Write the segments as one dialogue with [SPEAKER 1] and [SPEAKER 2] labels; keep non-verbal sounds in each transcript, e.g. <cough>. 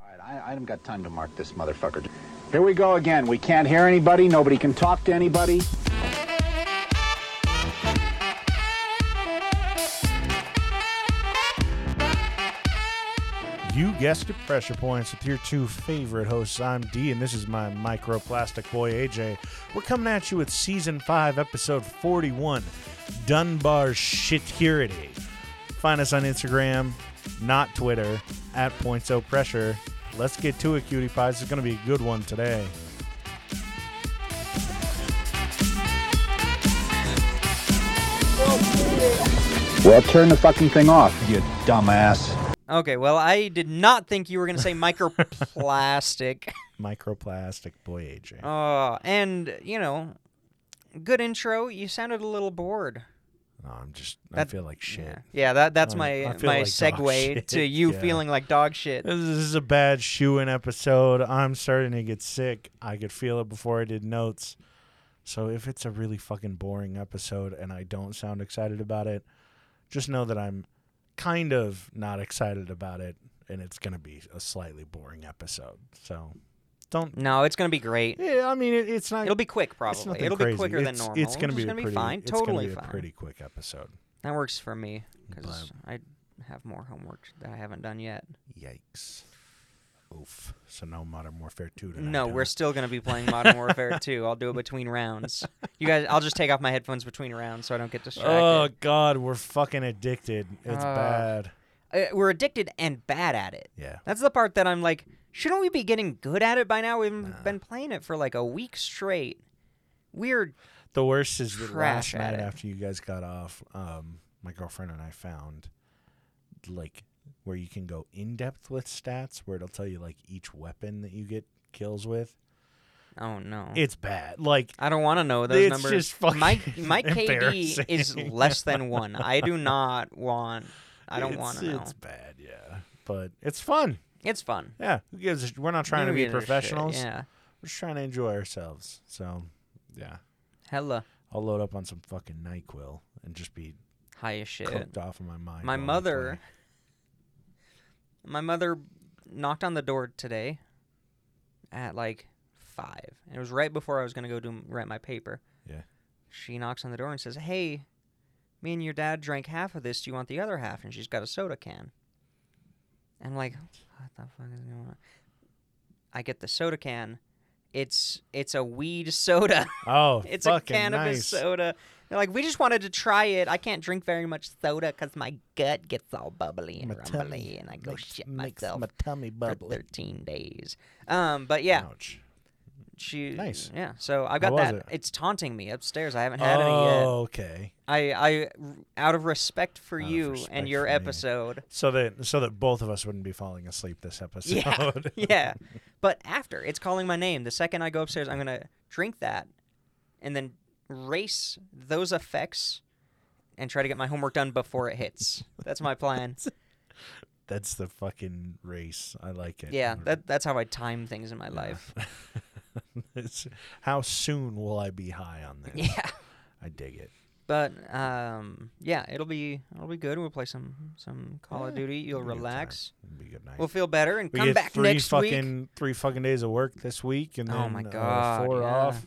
[SPEAKER 1] I, I haven't got time to mark this motherfucker. Here we go again. We can't hear anybody. Nobody can talk to anybody.
[SPEAKER 2] You guessed it, Pressure Points with your two favorite hosts. I'm D, and this is my microplastic boy AJ. We're coming at you with season five, episode 41, Dunbar Security. Find us on Instagram, not Twitter, at Points O Pressure. Let's get to it, cutie pies. It's going to be a good one today.
[SPEAKER 1] Well, turn the fucking thing off, you dumbass.
[SPEAKER 3] Okay, well, I did not think you were going to
[SPEAKER 2] <laughs>
[SPEAKER 3] say microplastic.
[SPEAKER 2] Microplastic boy AJ.
[SPEAKER 3] Uh, and, you know, good intro. You sounded a little bored.
[SPEAKER 2] No, I'm just, I
[SPEAKER 3] That-
[SPEAKER 2] feel like shit.
[SPEAKER 3] Yeah, yeah that, that's
[SPEAKER 2] I-
[SPEAKER 3] my,
[SPEAKER 2] I feel
[SPEAKER 3] my
[SPEAKER 2] like dog shit. <laughs>
[SPEAKER 3] segue to you
[SPEAKER 2] Yeah.
[SPEAKER 3] feeling like dog shit.
[SPEAKER 2] This is a bad shoe in episode. I'm starting to get sick. I could feel it before I did notes. So if it's a really fucking boring episode and I don't sound excited about it, just know that I'm kind of not excited about it and it's going to be a slightly boring episode. So don't
[SPEAKER 3] No, it's going to be great.
[SPEAKER 2] Yeah, I mean it, it's not
[SPEAKER 3] It'll be quick,
[SPEAKER 2] it's
[SPEAKER 3] probably.
[SPEAKER 2] nothing
[SPEAKER 3] It'll
[SPEAKER 2] crazy.
[SPEAKER 3] be quicker than
[SPEAKER 2] It's-
[SPEAKER 3] normal.
[SPEAKER 2] It's going to be, a
[SPEAKER 3] gonna be
[SPEAKER 2] pretty-
[SPEAKER 3] fine.
[SPEAKER 2] It's
[SPEAKER 3] Totally
[SPEAKER 2] gonna be
[SPEAKER 3] fine.
[SPEAKER 2] a pretty quick episode.
[SPEAKER 3] That works for me because I have more homework that I haven't done yet.
[SPEAKER 2] Yikes. Oof. So no Modern Warfare 2 tonight.
[SPEAKER 3] No,
[SPEAKER 2] huh?
[SPEAKER 3] we're still going to be playing
[SPEAKER 2] <laughs>
[SPEAKER 3] Modern Warfare 2. I'll do it between rounds. You guys, I'll just take off my headphones between rounds so I don't get
[SPEAKER 2] Oh
[SPEAKER 3] distracted.
[SPEAKER 2] God, we're fucking addicted. It's
[SPEAKER 3] Uh,
[SPEAKER 2] bad.
[SPEAKER 3] Uh, we're addicted and bad at it.
[SPEAKER 2] Yeah.
[SPEAKER 3] That's the part that I'm like, shouldn't we be getting good at it by now? We've been playing it for like a week straight. Weird.
[SPEAKER 2] The worst is that last
[SPEAKER 3] Trash at
[SPEAKER 2] night
[SPEAKER 3] it.
[SPEAKER 2] after you guys got off, um, my girlfriend and I found like where you can go in depth with stats, where it'll tell you like each weapon that you get kills with.
[SPEAKER 3] Oh no.
[SPEAKER 2] It's bad. Like
[SPEAKER 3] I don't want to know those
[SPEAKER 2] It's
[SPEAKER 3] numbers.
[SPEAKER 2] just fucking
[SPEAKER 3] my
[SPEAKER 2] <laughs>
[SPEAKER 3] my KD is
[SPEAKER 2] embarrassing.
[SPEAKER 3] less than one. I do not want. I don't
[SPEAKER 2] it's-
[SPEAKER 3] want to know.
[SPEAKER 2] It's
[SPEAKER 3] It's,
[SPEAKER 2] bad, yeah. But it's fun.
[SPEAKER 3] fun.
[SPEAKER 2] Yeah. Who gives? A sh- we're not trying
[SPEAKER 3] Who
[SPEAKER 2] to be
[SPEAKER 3] gives a shit?
[SPEAKER 2] professionals.
[SPEAKER 3] Yeah.
[SPEAKER 2] We're just trying to enjoy ourselves. So, yeah.
[SPEAKER 3] Hella
[SPEAKER 2] I'll load up on some fucking Nyquil and just be
[SPEAKER 3] high as shit.
[SPEAKER 2] cooked off of my mind.
[SPEAKER 3] my
[SPEAKER 2] while I
[SPEAKER 3] mother
[SPEAKER 2] play.
[SPEAKER 3] my mother knocked on the door today at like five and it was right before i was going to go do write my paper
[SPEAKER 2] Yeah.
[SPEAKER 3] she knocks on the door and says hey me and your dad drank half of this do you want the other half and she's got a soda can and i'm like what the fuck is going on i get the soda can it's it's a weed soda <laughs>
[SPEAKER 2] Oh,
[SPEAKER 3] it's a
[SPEAKER 2] fucking
[SPEAKER 3] cannabis
[SPEAKER 2] nice.
[SPEAKER 3] soda. They're like, we just wanted to try it. I can't drink very much soda because my gut gets all bubbly and rumbly, and I go shit myself
[SPEAKER 2] tummy
[SPEAKER 3] for 13 days. Um, but yeah,
[SPEAKER 2] Ouch.
[SPEAKER 3] she
[SPEAKER 2] Nice.
[SPEAKER 3] Yeah, so I've
[SPEAKER 2] How
[SPEAKER 3] got
[SPEAKER 2] was
[SPEAKER 3] that.
[SPEAKER 2] it?
[SPEAKER 3] It's taunting me upstairs. I haven't had any yet.
[SPEAKER 2] Oh, okay.
[SPEAKER 3] I, I, out of respect for
[SPEAKER 2] Out of
[SPEAKER 3] you
[SPEAKER 2] respect
[SPEAKER 3] and your
[SPEAKER 2] for me.
[SPEAKER 3] episode.
[SPEAKER 2] So that so that both of us wouldn't be falling asleep this episode. <laughs>
[SPEAKER 3] Yeah, <laughs> yeah. But after it's calling my name, the second I go upstairs, I'm gonna drink that, and then race those effects, and try to get my homework done before it hits. That's
[SPEAKER 2] <laughs>
[SPEAKER 3] my plan.
[SPEAKER 2] That's the fucking race. I like it.
[SPEAKER 3] yeah, that that's how I time things in my life.
[SPEAKER 2] <laughs> It's- how soon will I be high on this?
[SPEAKER 3] Yeah,
[SPEAKER 2] I dig it.
[SPEAKER 3] but um, yeah, it'll be it'll be good. We'll play some some Call of Duty. You'll
[SPEAKER 2] It'll be a good time.
[SPEAKER 3] relax.
[SPEAKER 2] It'll be a good night.
[SPEAKER 3] We'll feel better and
[SPEAKER 2] we
[SPEAKER 3] come
[SPEAKER 2] get
[SPEAKER 3] back
[SPEAKER 2] three
[SPEAKER 3] next week.
[SPEAKER 2] fucking three fucking days of work this week, and then
[SPEAKER 3] Oh my
[SPEAKER 2] uh,
[SPEAKER 3] God,
[SPEAKER 2] four
[SPEAKER 3] yeah.
[SPEAKER 2] off.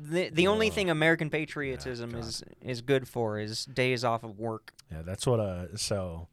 [SPEAKER 3] The, the only
[SPEAKER 2] Oh,
[SPEAKER 3] thing American patriotism
[SPEAKER 2] God.
[SPEAKER 3] is is good for is days off of work.
[SPEAKER 2] Yeah, that's what. Uh, so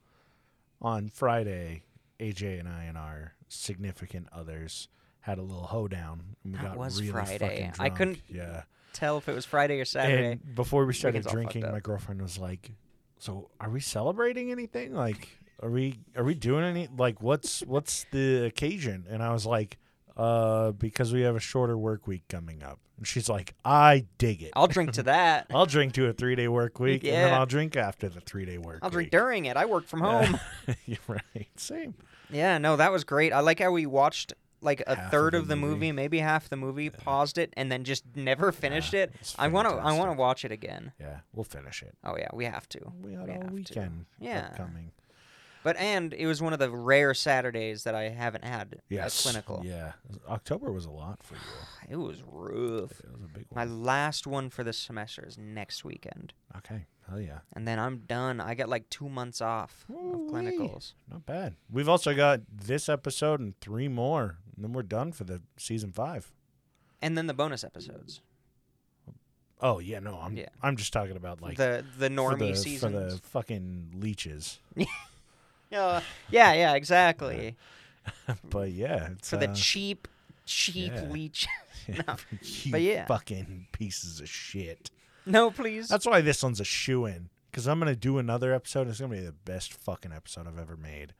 [SPEAKER 2] on Friday, AJ and I and our significant others had a little hoedown. And we
[SPEAKER 3] That
[SPEAKER 2] got
[SPEAKER 3] was
[SPEAKER 2] really
[SPEAKER 3] Friday.
[SPEAKER 2] fucking
[SPEAKER 3] I
[SPEAKER 2] drunk.
[SPEAKER 3] couldn't-
[SPEAKER 2] Yeah.
[SPEAKER 3] Tell if it was Friday or Saturday.
[SPEAKER 2] And before we started
[SPEAKER 3] Weekend's all fucked
[SPEAKER 2] drinking,
[SPEAKER 3] up.
[SPEAKER 2] my girlfriend was like, "So are we celebrating anything? Like, are we are we doing any? Like, what's what's the occasion?" And I was like. Uh, because we have a shorter work week coming up, and she's like, "I dig it.
[SPEAKER 3] I'll drink
[SPEAKER 2] <laughs>
[SPEAKER 3] to that.
[SPEAKER 2] I'll drink to a three day work week, and then
[SPEAKER 3] Yeah.
[SPEAKER 2] I'll drink after the three day work.
[SPEAKER 3] I'll drink
[SPEAKER 2] week.
[SPEAKER 3] during it. I work from home. <laughs>
[SPEAKER 2] <laughs> You're right. Same.
[SPEAKER 3] yeah, no, that was great. I like how we watched like a
[SPEAKER 2] Half of
[SPEAKER 3] third
[SPEAKER 2] the
[SPEAKER 3] of, the movie.
[SPEAKER 2] movie.
[SPEAKER 3] maybe half the movie, paused it, and then just never finished it.
[SPEAKER 2] it's
[SPEAKER 3] I want to. I want to
[SPEAKER 2] fantastic.
[SPEAKER 3] watch it again.
[SPEAKER 2] Yeah, we'll finish it.
[SPEAKER 3] Oh yeah, we have to.
[SPEAKER 2] We had
[SPEAKER 3] We
[SPEAKER 2] all
[SPEAKER 3] have to.
[SPEAKER 2] weekend
[SPEAKER 3] Yeah.
[SPEAKER 2] upcoming.
[SPEAKER 3] But and it was one of the rare Saturdays that I haven't had
[SPEAKER 2] Yes.
[SPEAKER 3] a clinical.
[SPEAKER 2] Yeah. October was a lot for you.
[SPEAKER 3] It was rough.
[SPEAKER 2] It was a big
[SPEAKER 3] My
[SPEAKER 2] one.
[SPEAKER 3] last one for this semester is next weekend,
[SPEAKER 2] Okay. Hell yeah.
[SPEAKER 3] and then I'm done. I got like two months off
[SPEAKER 2] Ooh-wee.
[SPEAKER 3] of clinicals.
[SPEAKER 2] Not bad. We've also got this episode and three more, and then we're done for the season five.
[SPEAKER 3] and then the bonus episodes,
[SPEAKER 2] Oh yeah, no, I'm
[SPEAKER 3] Yeah.
[SPEAKER 2] I'm just talking about like
[SPEAKER 3] the the
[SPEAKER 2] for
[SPEAKER 3] normie
[SPEAKER 2] the, for
[SPEAKER 3] seasons.
[SPEAKER 2] the fucking
[SPEAKER 3] <laughs>
[SPEAKER 2] leeches.
[SPEAKER 3] Uh, yeah, yeah, exactly.
[SPEAKER 2] But yeah, it's
[SPEAKER 3] For the
[SPEAKER 2] uh, <laughs>
[SPEAKER 3] cheap, cheap
[SPEAKER 2] yeah. <laughs>
[SPEAKER 3] leech.
[SPEAKER 2] you
[SPEAKER 3] but yeah.
[SPEAKER 2] fucking pieces of shit.
[SPEAKER 3] no, please.
[SPEAKER 2] That's why this one's a shoe in because I'm gonna do another episode. and It's gonna be the best fucking episode I've ever made,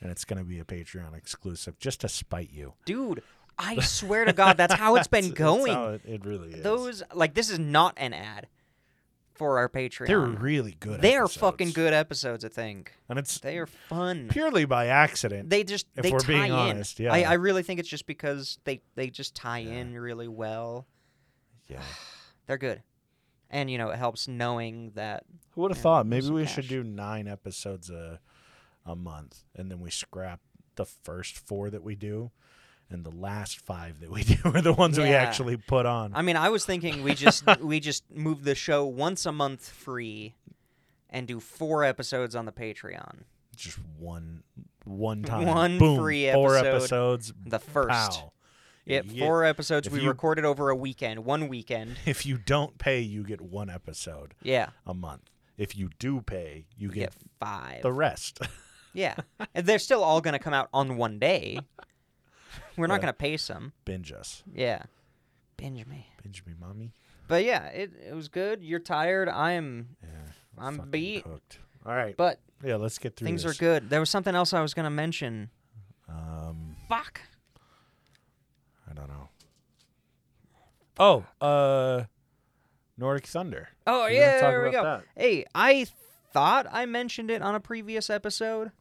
[SPEAKER 2] and it's gonna be a Patreon exclusive just to spite you.
[SPEAKER 3] Dude,
[SPEAKER 2] <laughs>
[SPEAKER 3] I swear to God, <laughs> that's how it's been
[SPEAKER 2] That's- that's
[SPEAKER 3] going.
[SPEAKER 2] how it, it really is.
[SPEAKER 3] Those, like, this is not an ad for our Patreon.
[SPEAKER 2] they're really good.
[SPEAKER 3] They are
[SPEAKER 2] episodes.
[SPEAKER 3] fucking good episodes, I think.
[SPEAKER 2] and it's
[SPEAKER 3] They are fun.
[SPEAKER 2] purely by accident.
[SPEAKER 3] They just
[SPEAKER 2] If
[SPEAKER 3] they
[SPEAKER 2] we're
[SPEAKER 3] tie
[SPEAKER 2] being
[SPEAKER 3] in.
[SPEAKER 2] honest, yeah.
[SPEAKER 3] I, I really think it's just because they they just tie in really well.
[SPEAKER 2] yeah.
[SPEAKER 3] They're good, and you know it helps knowing that
[SPEAKER 2] Who would have
[SPEAKER 3] Yeah,
[SPEAKER 2] thought? Maybe
[SPEAKER 3] some
[SPEAKER 2] we should
[SPEAKER 3] cash.
[SPEAKER 2] do nine episodes a a month, and then we scrap the first four that we do, and the last five that we <laughs> do are the ones we
[SPEAKER 3] Yeah.
[SPEAKER 2] actually put on.
[SPEAKER 3] I mean, I was thinking we
[SPEAKER 2] <laughs>
[SPEAKER 3] just we just move the show once a month free, and do four episodes on the Patreon.
[SPEAKER 2] Just one one time,
[SPEAKER 3] One
[SPEAKER 2] boom,
[SPEAKER 3] free
[SPEAKER 2] four
[SPEAKER 3] episode,
[SPEAKER 2] episodes.
[SPEAKER 3] The first,
[SPEAKER 2] Pow.
[SPEAKER 3] yep,
[SPEAKER 2] Yeah.
[SPEAKER 3] four episodes
[SPEAKER 2] If
[SPEAKER 3] we
[SPEAKER 2] you-
[SPEAKER 3] recorded over a weekend, one weekend.
[SPEAKER 2] If you don't pay, you get one episode
[SPEAKER 3] Yeah,
[SPEAKER 2] a month. If you do pay, you
[SPEAKER 3] we
[SPEAKER 2] get
[SPEAKER 3] get five.
[SPEAKER 2] the rest. <laughs>
[SPEAKER 3] Yeah, and they're still all gonna come out on
[SPEAKER 2] <laughs>
[SPEAKER 3] one day. We're not gonna pay some.
[SPEAKER 2] Binge us,
[SPEAKER 3] Yeah, binge me.
[SPEAKER 2] binge me, mommy.
[SPEAKER 3] But yeah, it it was good. You're tired. I'm
[SPEAKER 2] Yeah,
[SPEAKER 3] I'm
[SPEAKER 2] fucking
[SPEAKER 3] beat.
[SPEAKER 2] cooked. All right,
[SPEAKER 3] But
[SPEAKER 2] yeah, let's get through
[SPEAKER 3] things
[SPEAKER 2] this.
[SPEAKER 3] are good. There was something else I was gonna mention.
[SPEAKER 2] Um,
[SPEAKER 3] Fuck.
[SPEAKER 2] I don't know. Oh, uh, Nordic Thunder.
[SPEAKER 3] Oh
[SPEAKER 2] We're gonna
[SPEAKER 3] yeah,
[SPEAKER 2] talk
[SPEAKER 3] there we go.
[SPEAKER 2] about
[SPEAKER 3] Hey, I thought I mentioned it on a previous episode.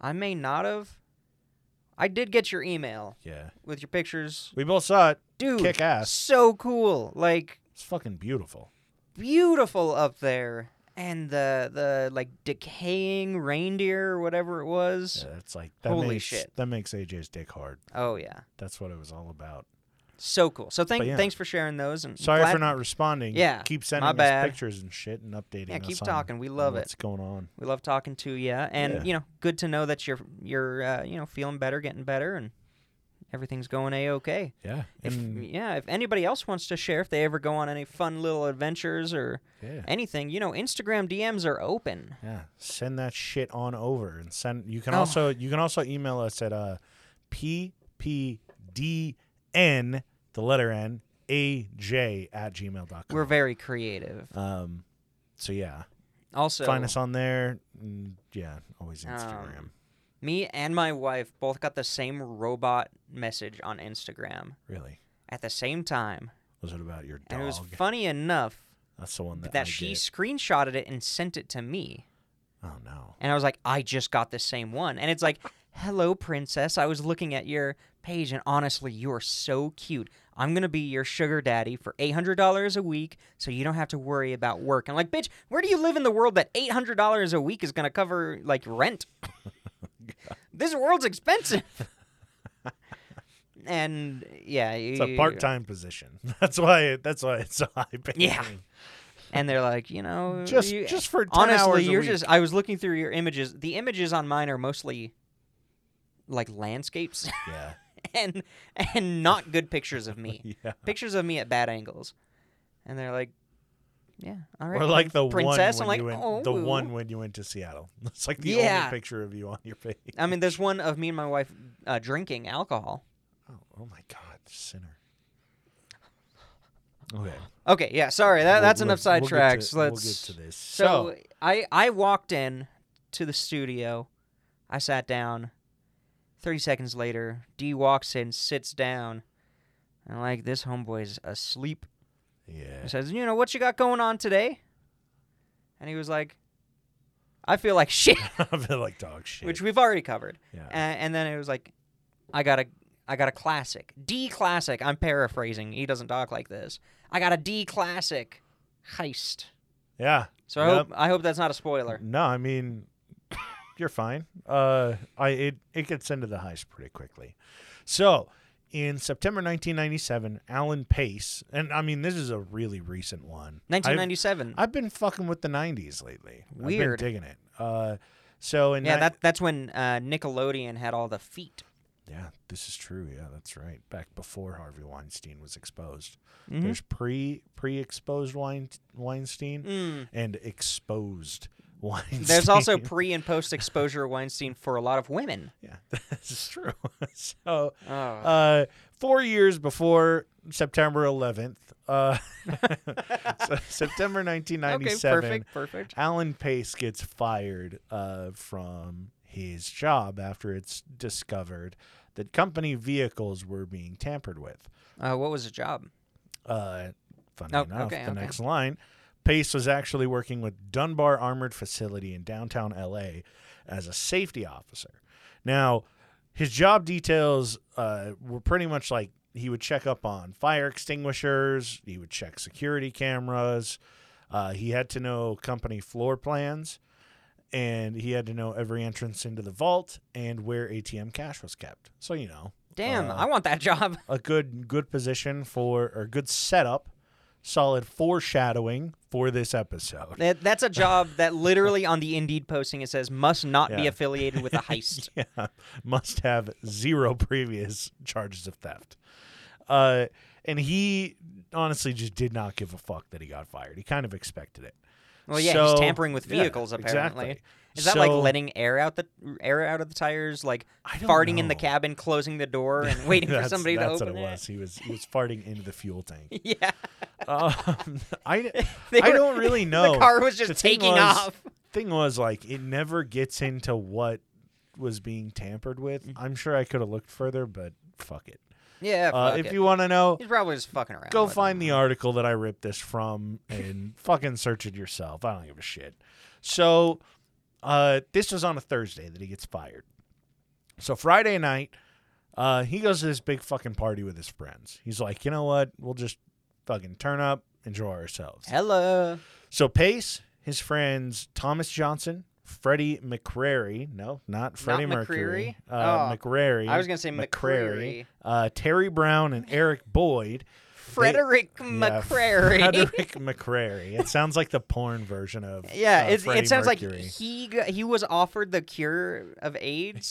[SPEAKER 3] I may not have. I did get your email
[SPEAKER 2] Yeah,
[SPEAKER 3] with your pictures.
[SPEAKER 2] we both saw it.
[SPEAKER 3] Dude,
[SPEAKER 2] Kick ass.
[SPEAKER 3] so cool. Like
[SPEAKER 2] It's fucking beautiful.
[SPEAKER 3] beautiful up there. And the the like decaying reindeer or whatever it was.
[SPEAKER 2] Yeah, it's like that
[SPEAKER 3] Holy
[SPEAKER 2] makes,
[SPEAKER 3] shit.
[SPEAKER 2] That makes AJ's dick hard.
[SPEAKER 3] Oh yeah.
[SPEAKER 2] That's what it was all about.
[SPEAKER 3] So cool. So thank
[SPEAKER 2] But yeah.
[SPEAKER 3] thanks for sharing those and
[SPEAKER 2] Sorry
[SPEAKER 3] glad-
[SPEAKER 2] for not responding.
[SPEAKER 3] Yeah,
[SPEAKER 2] keep
[SPEAKER 3] my
[SPEAKER 2] sending us
[SPEAKER 3] bad.
[SPEAKER 2] pictures and shit and updating.
[SPEAKER 3] Yeah,
[SPEAKER 2] us
[SPEAKER 3] keep
[SPEAKER 2] on
[SPEAKER 3] talking. We love
[SPEAKER 2] what's
[SPEAKER 3] it.
[SPEAKER 2] going on?
[SPEAKER 3] We love talking to you, and
[SPEAKER 2] Yeah.
[SPEAKER 3] you know, good to know that you're you're uh, you know feeling better, getting better, and everything's going a okay.
[SPEAKER 2] Yeah,
[SPEAKER 3] If,
[SPEAKER 2] and
[SPEAKER 3] yeah, if anybody else wants to share, if they ever go on any fun little adventures or
[SPEAKER 2] yeah,
[SPEAKER 3] anything, you know, Instagram DMs are open.
[SPEAKER 2] yeah. Send that shit on over and send. You can
[SPEAKER 3] Oh.
[SPEAKER 2] also you can also email us at uh, ppdn the letter n aj at gmail.com.
[SPEAKER 3] We're very creative.
[SPEAKER 2] Um, so yeah,
[SPEAKER 3] Also,
[SPEAKER 2] find us on there. Mm, yeah, always
[SPEAKER 3] Um,
[SPEAKER 2] Instagram.
[SPEAKER 3] me and my wife both got the same robot message on Instagram
[SPEAKER 2] really,
[SPEAKER 3] at the same time,
[SPEAKER 2] was it about your dog?
[SPEAKER 3] and it was funny enough
[SPEAKER 2] That's the one that,
[SPEAKER 3] that,
[SPEAKER 2] I
[SPEAKER 3] she
[SPEAKER 2] get.
[SPEAKER 3] screenshotted it and sent it to me.
[SPEAKER 2] Oh no,
[SPEAKER 3] And I was like, I just got the same one. And it's like, hello, princess. I was looking at your page, and honestly, you are so cute. I'm going to be your sugar daddy for $800 a week, so you don't have to worry about work. And I'm like, bitch, where do you live in the world that $800 a week is going to cover, like,
[SPEAKER 2] <laughs>
[SPEAKER 3] rent? this world's expensive. <laughs> and yeah,
[SPEAKER 2] it's a part-time position. <laughs> That's why. It, that's why it's so high paying.
[SPEAKER 3] Yeah. And they're like, you know,
[SPEAKER 2] Just-
[SPEAKER 3] you-
[SPEAKER 2] just for 10
[SPEAKER 3] honestly,
[SPEAKER 2] hours a
[SPEAKER 3] you're
[SPEAKER 2] week.
[SPEAKER 3] just. I was looking through your images. The images on mine are mostly like landscapes <laughs>
[SPEAKER 2] yeah,
[SPEAKER 3] and and not good pictures of me.
[SPEAKER 2] <laughs> yeah.
[SPEAKER 3] pictures of me at bad angles, and they're like, yeah, all right,
[SPEAKER 2] Or like the
[SPEAKER 3] princess.
[SPEAKER 2] one
[SPEAKER 3] I'm like,
[SPEAKER 2] when you went,
[SPEAKER 3] oh,
[SPEAKER 2] the
[SPEAKER 3] woo."
[SPEAKER 2] one when you went to Seattle. <laughs> It's like the
[SPEAKER 3] Yeah.
[SPEAKER 2] only picture of you on your face.
[SPEAKER 3] I mean, there's one of me and my wife uh, drinking alcohol.
[SPEAKER 2] Oh, oh my God, sinner. Okay,
[SPEAKER 3] Okay, yeah, sorry, that,
[SPEAKER 2] we'll-
[SPEAKER 3] that's
[SPEAKER 2] we'll-
[SPEAKER 3] enough
[SPEAKER 2] we'll get to-
[SPEAKER 3] sidetracks. Let's
[SPEAKER 2] we'll get to this.
[SPEAKER 3] So I I walked in to the studio. I sat down. Thirty seconds later, D walks in, sits down, and like this homeboy's asleep.
[SPEAKER 2] yeah, <laughs>
[SPEAKER 3] He says, "You know what you got going on today?" And he was like, "I feel like <laughs> shit,"
[SPEAKER 2] I feel like dog shit.
[SPEAKER 3] which we've already covered.
[SPEAKER 2] Yeah.
[SPEAKER 3] A- and then it was like, "I got a I got a classic D classic." I'm paraphrasing. He doesn't talk like this. I got a D classic heist.
[SPEAKER 2] yeah.
[SPEAKER 3] So I
[SPEAKER 2] Yep.
[SPEAKER 3] hope I hope that's not a spoiler.
[SPEAKER 2] No, I mean, you're fine. Uh, I it it gets into the heist pretty quickly. So, in September 1997, Alan Pace, and I mean this is a really recent one. I've-
[SPEAKER 3] 1997.
[SPEAKER 2] I've been fucking with the '90s lately.
[SPEAKER 3] Weird.
[SPEAKER 2] I've been digging it. Uh, so in
[SPEAKER 3] yeah,
[SPEAKER 2] ni-
[SPEAKER 3] that that's when uh, Nickelodeon had all
[SPEAKER 2] <laughs>
[SPEAKER 3] the feet.
[SPEAKER 2] yeah, this is true. Yeah, that's right. Back before Harvey Weinstein was exposed,
[SPEAKER 3] Mm-hmm.
[SPEAKER 2] there's pre pre exposed Wein- Weinstein and exposed Weinstein. <laughs>
[SPEAKER 3] Mm. There's also pre and post exposure Weinstein for a lot of women.
[SPEAKER 2] yeah, that's true. <laughs> so
[SPEAKER 3] Oh,
[SPEAKER 2] uh, four years before September 11th, uh, <laughs> so September
[SPEAKER 3] <laughs> okay,
[SPEAKER 2] 1997,
[SPEAKER 3] perfect, perfect.
[SPEAKER 2] Alan Pace gets fired uh, from his job after it's discovered that company vehicles were being tampered with.
[SPEAKER 3] Uh, what was the job?
[SPEAKER 2] Uh, funny
[SPEAKER 3] Oh,
[SPEAKER 2] enough,
[SPEAKER 3] okay,
[SPEAKER 2] the
[SPEAKER 3] okay.
[SPEAKER 2] next line, Pace was actually working with Dunbar Armored Facility in downtown LA as a safety officer. Now, his job details uh, were pretty much like he would check up on fire extinguishers, he would check security cameras, uh, he had to know company floor plans. And he had to know every entrance into the vault and where ATM cash was kept. So, you know, Uh.
[SPEAKER 3] Damn, I want that job. <laughs>
[SPEAKER 2] a good good position for or good setup, solid foreshadowing for this episode. <laughs>
[SPEAKER 3] That, that's a job that literally on the Indeed posting it says must not be
[SPEAKER 2] Yeah. <laughs>
[SPEAKER 3] affiliated with a heist.
[SPEAKER 2] Yeah, must have zero previous charges of theft. Uh, and he honestly just did not give a fuck that he got fired. He kind of expected it.
[SPEAKER 3] Well, yeah,
[SPEAKER 2] So-
[SPEAKER 3] he's tampering with
[SPEAKER 2] yeah,
[SPEAKER 3] vehicles apparently.
[SPEAKER 2] exactly.
[SPEAKER 3] Is that like
[SPEAKER 2] So- <laughs>
[SPEAKER 3] letting air out the air out of the tires, like
[SPEAKER 2] I don't
[SPEAKER 3] farting in the
[SPEAKER 2] know.
[SPEAKER 3] cabin, closing the
[SPEAKER 2] <laughs>
[SPEAKER 3] door, and waiting for
[SPEAKER 2] That's-
[SPEAKER 3] somebody to
[SPEAKER 2] that's
[SPEAKER 3] open
[SPEAKER 2] what it was. He was he was farting into the fuel tank.
[SPEAKER 3] <laughs> Yeah,
[SPEAKER 2] Um, <laughs> I,
[SPEAKER 3] <laughs> They
[SPEAKER 2] I
[SPEAKER 3] were-
[SPEAKER 2] don't really know.
[SPEAKER 3] <laughs> the car was just
[SPEAKER 2] The thing
[SPEAKER 3] taking
[SPEAKER 2] was-
[SPEAKER 3] off.
[SPEAKER 2] Thing was, like, it never gets into what was being tampered with.
[SPEAKER 3] Mm.
[SPEAKER 2] I'm sure I could have looked further, but fuck it.
[SPEAKER 3] Yeah,
[SPEAKER 2] Uh,
[SPEAKER 3] fuck
[SPEAKER 2] if
[SPEAKER 3] it.
[SPEAKER 2] you want to know,
[SPEAKER 3] he's probably just fucking around.
[SPEAKER 2] go
[SPEAKER 3] with
[SPEAKER 2] find the article that I ripped this from and fucking search it yourself. I don't give a shit. So, uh, this was on a Thursday that he gets fired. So Friday night, uh, he goes to this big fucking party with his friends. He's like, you know what? We'll just fucking turn up, enjoy ourselves.
[SPEAKER 3] them. Hello.
[SPEAKER 2] So Pace, his friends Thomas Johnson, Freddie McCrary, no, not Freddie Mercury,
[SPEAKER 3] McCreary?
[SPEAKER 2] uh,
[SPEAKER 3] Oh,
[SPEAKER 2] McCrary.
[SPEAKER 3] I was gonna say
[SPEAKER 2] McCrary,
[SPEAKER 3] McCreary.
[SPEAKER 2] uh, Terry Brown, and Eric Boyd.
[SPEAKER 3] Frederick
[SPEAKER 2] Yeah,
[SPEAKER 3] McCrary.
[SPEAKER 2] Frederick McCrary. It sounds like the porn version of
[SPEAKER 3] <laughs> yeah,
[SPEAKER 2] uh,
[SPEAKER 3] it,
[SPEAKER 2] Freddie
[SPEAKER 3] it sounds
[SPEAKER 2] Mercury. <laughs>
[SPEAKER 3] like he got- he was offered the cure of AIDS.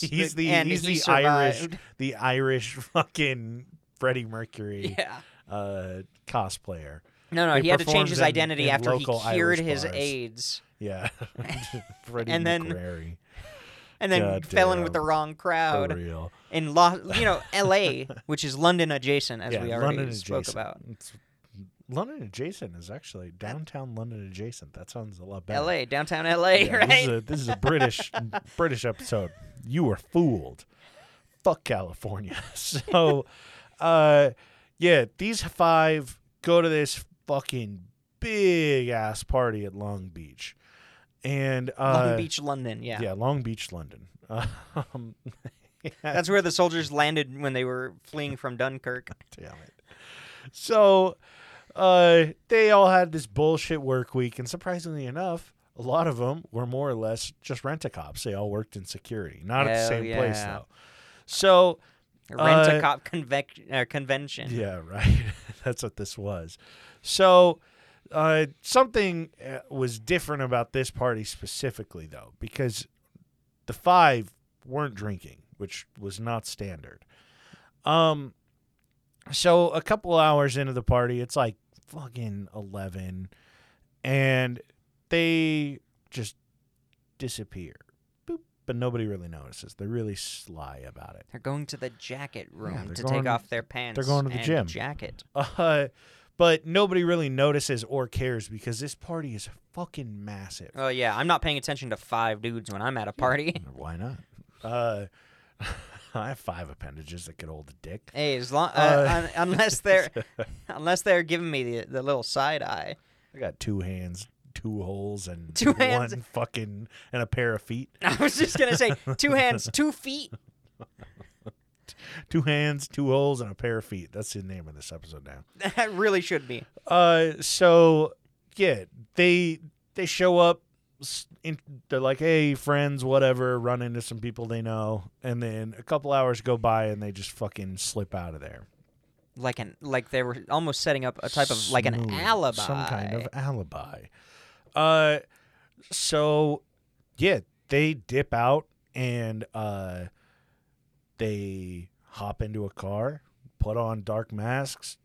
[SPEAKER 2] <laughs> he's
[SPEAKER 3] but-
[SPEAKER 2] the
[SPEAKER 3] and
[SPEAKER 2] he's
[SPEAKER 3] he
[SPEAKER 2] the Irish
[SPEAKER 3] survived. <laughs>
[SPEAKER 2] the Irish fucking Freddie Mercury
[SPEAKER 3] <laughs> Yeah.
[SPEAKER 2] uh, cosplayer.
[SPEAKER 3] No, no,
[SPEAKER 2] He
[SPEAKER 3] he, had to change
[SPEAKER 2] performs
[SPEAKER 3] his
[SPEAKER 2] in-
[SPEAKER 3] identity
[SPEAKER 2] in
[SPEAKER 3] after he
[SPEAKER 2] local
[SPEAKER 3] cured
[SPEAKER 2] Irish
[SPEAKER 3] his
[SPEAKER 2] bars.
[SPEAKER 3] AIDS,
[SPEAKER 2] Yeah,
[SPEAKER 3] <laughs>
[SPEAKER 2] <laughs> Freddie
[SPEAKER 3] And then-
[SPEAKER 2] McCrary.
[SPEAKER 3] and then
[SPEAKER 2] God
[SPEAKER 3] fell in with the
[SPEAKER 2] damn.
[SPEAKER 3] wrong
[SPEAKER 2] For
[SPEAKER 3] crowd
[SPEAKER 2] real.
[SPEAKER 3] in Los,
[SPEAKER 2] <laughs>
[SPEAKER 3] you know, L.A., which is London adjacent, as we already spoke
[SPEAKER 2] adjacent.
[SPEAKER 3] about.
[SPEAKER 2] It's- London adjacent is actually downtown London adjacent. That sounds a lot better.
[SPEAKER 3] L.A., downtown L.A.,
[SPEAKER 2] Yeah, This is
[SPEAKER 3] <laughs> right?
[SPEAKER 2] a, this is a British <laughs> British episode. You were fooled. Fuck California. <laughs> So, uh, yeah, these five go to this fucking big ass party at Long Beach, and uh,
[SPEAKER 3] Long Beach, London. Yeah.
[SPEAKER 2] yeah, Long Beach, London. <laughs> Um,
[SPEAKER 3] that's where the soldiers landed when they were fleeing from Dunkirk.
[SPEAKER 2] <laughs> Damn it. So uh, they all had this bullshit work week, and surprisingly enough, a lot of them were more or less just rent a cops. They all worked in security, not at the
[SPEAKER 3] Hell
[SPEAKER 2] same place
[SPEAKER 3] yeah.
[SPEAKER 2] though. So
[SPEAKER 3] Rent
[SPEAKER 2] Uh,
[SPEAKER 3] a cop convec- uh, convention.
[SPEAKER 2] yeah, <laughs> right. That's what this was. So uh, something uh, was different about this party specifically though, because the five weren't drinking, which was not standard. Um, so a couple hours into the party, it's like fucking eleven, and they just disappear, Boop, but nobody really notices. They're really sly about it.
[SPEAKER 3] They're going to the jacket room
[SPEAKER 2] they're
[SPEAKER 3] to
[SPEAKER 2] going-
[SPEAKER 3] take off their pants.
[SPEAKER 2] going to the
[SPEAKER 3] and
[SPEAKER 2] gym.
[SPEAKER 3] Jacket.
[SPEAKER 2] Uh, but nobody really notices or cares because this party is fucking massive.
[SPEAKER 3] Oh yeah, I'm not paying attention to five dudes when I'm at
[SPEAKER 2] <laughs>
[SPEAKER 3] a party. <laughs>
[SPEAKER 2] Why not? Uh, <laughs> I have five appendages that could hold a dick.
[SPEAKER 3] Hey, as long uh,
[SPEAKER 2] Uh,
[SPEAKER 3] un-
[SPEAKER 2] <laughs>
[SPEAKER 3] unless they're unless they're giving me the, the little side eye. <laughs>
[SPEAKER 2] I got two hands, two holes, and
[SPEAKER 3] Two
[SPEAKER 2] one
[SPEAKER 3] hands.
[SPEAKER 2] fucking and a pair of feet.
[SPEAKER 3] I was just gonna say two hands,
[SPEAKER 2] <laughs>
[SPEAKER 3] two feet. <laughs>
[SPEAKER 2] Two hands, two holes, and a pair of feet. That's the name of this episode now.
[SPEAKER 3] That really should be.
[SPEAKER 2] Uh, so yeah, they they show up. s- in, they're like, hey, friends, whatever, run into some people they know, and then a couple hours go by and they just fucking slip out of there.
[SPEAKER 3] like an like they were almost setting up a type of like an
[SPEAKER 2] Smooth.
[SPEAKER 3] alibi.
[SPEAKER 2] some kind of alibi. Uh, so yeah, they dip out and uh, they hop into a car, put on dark masks,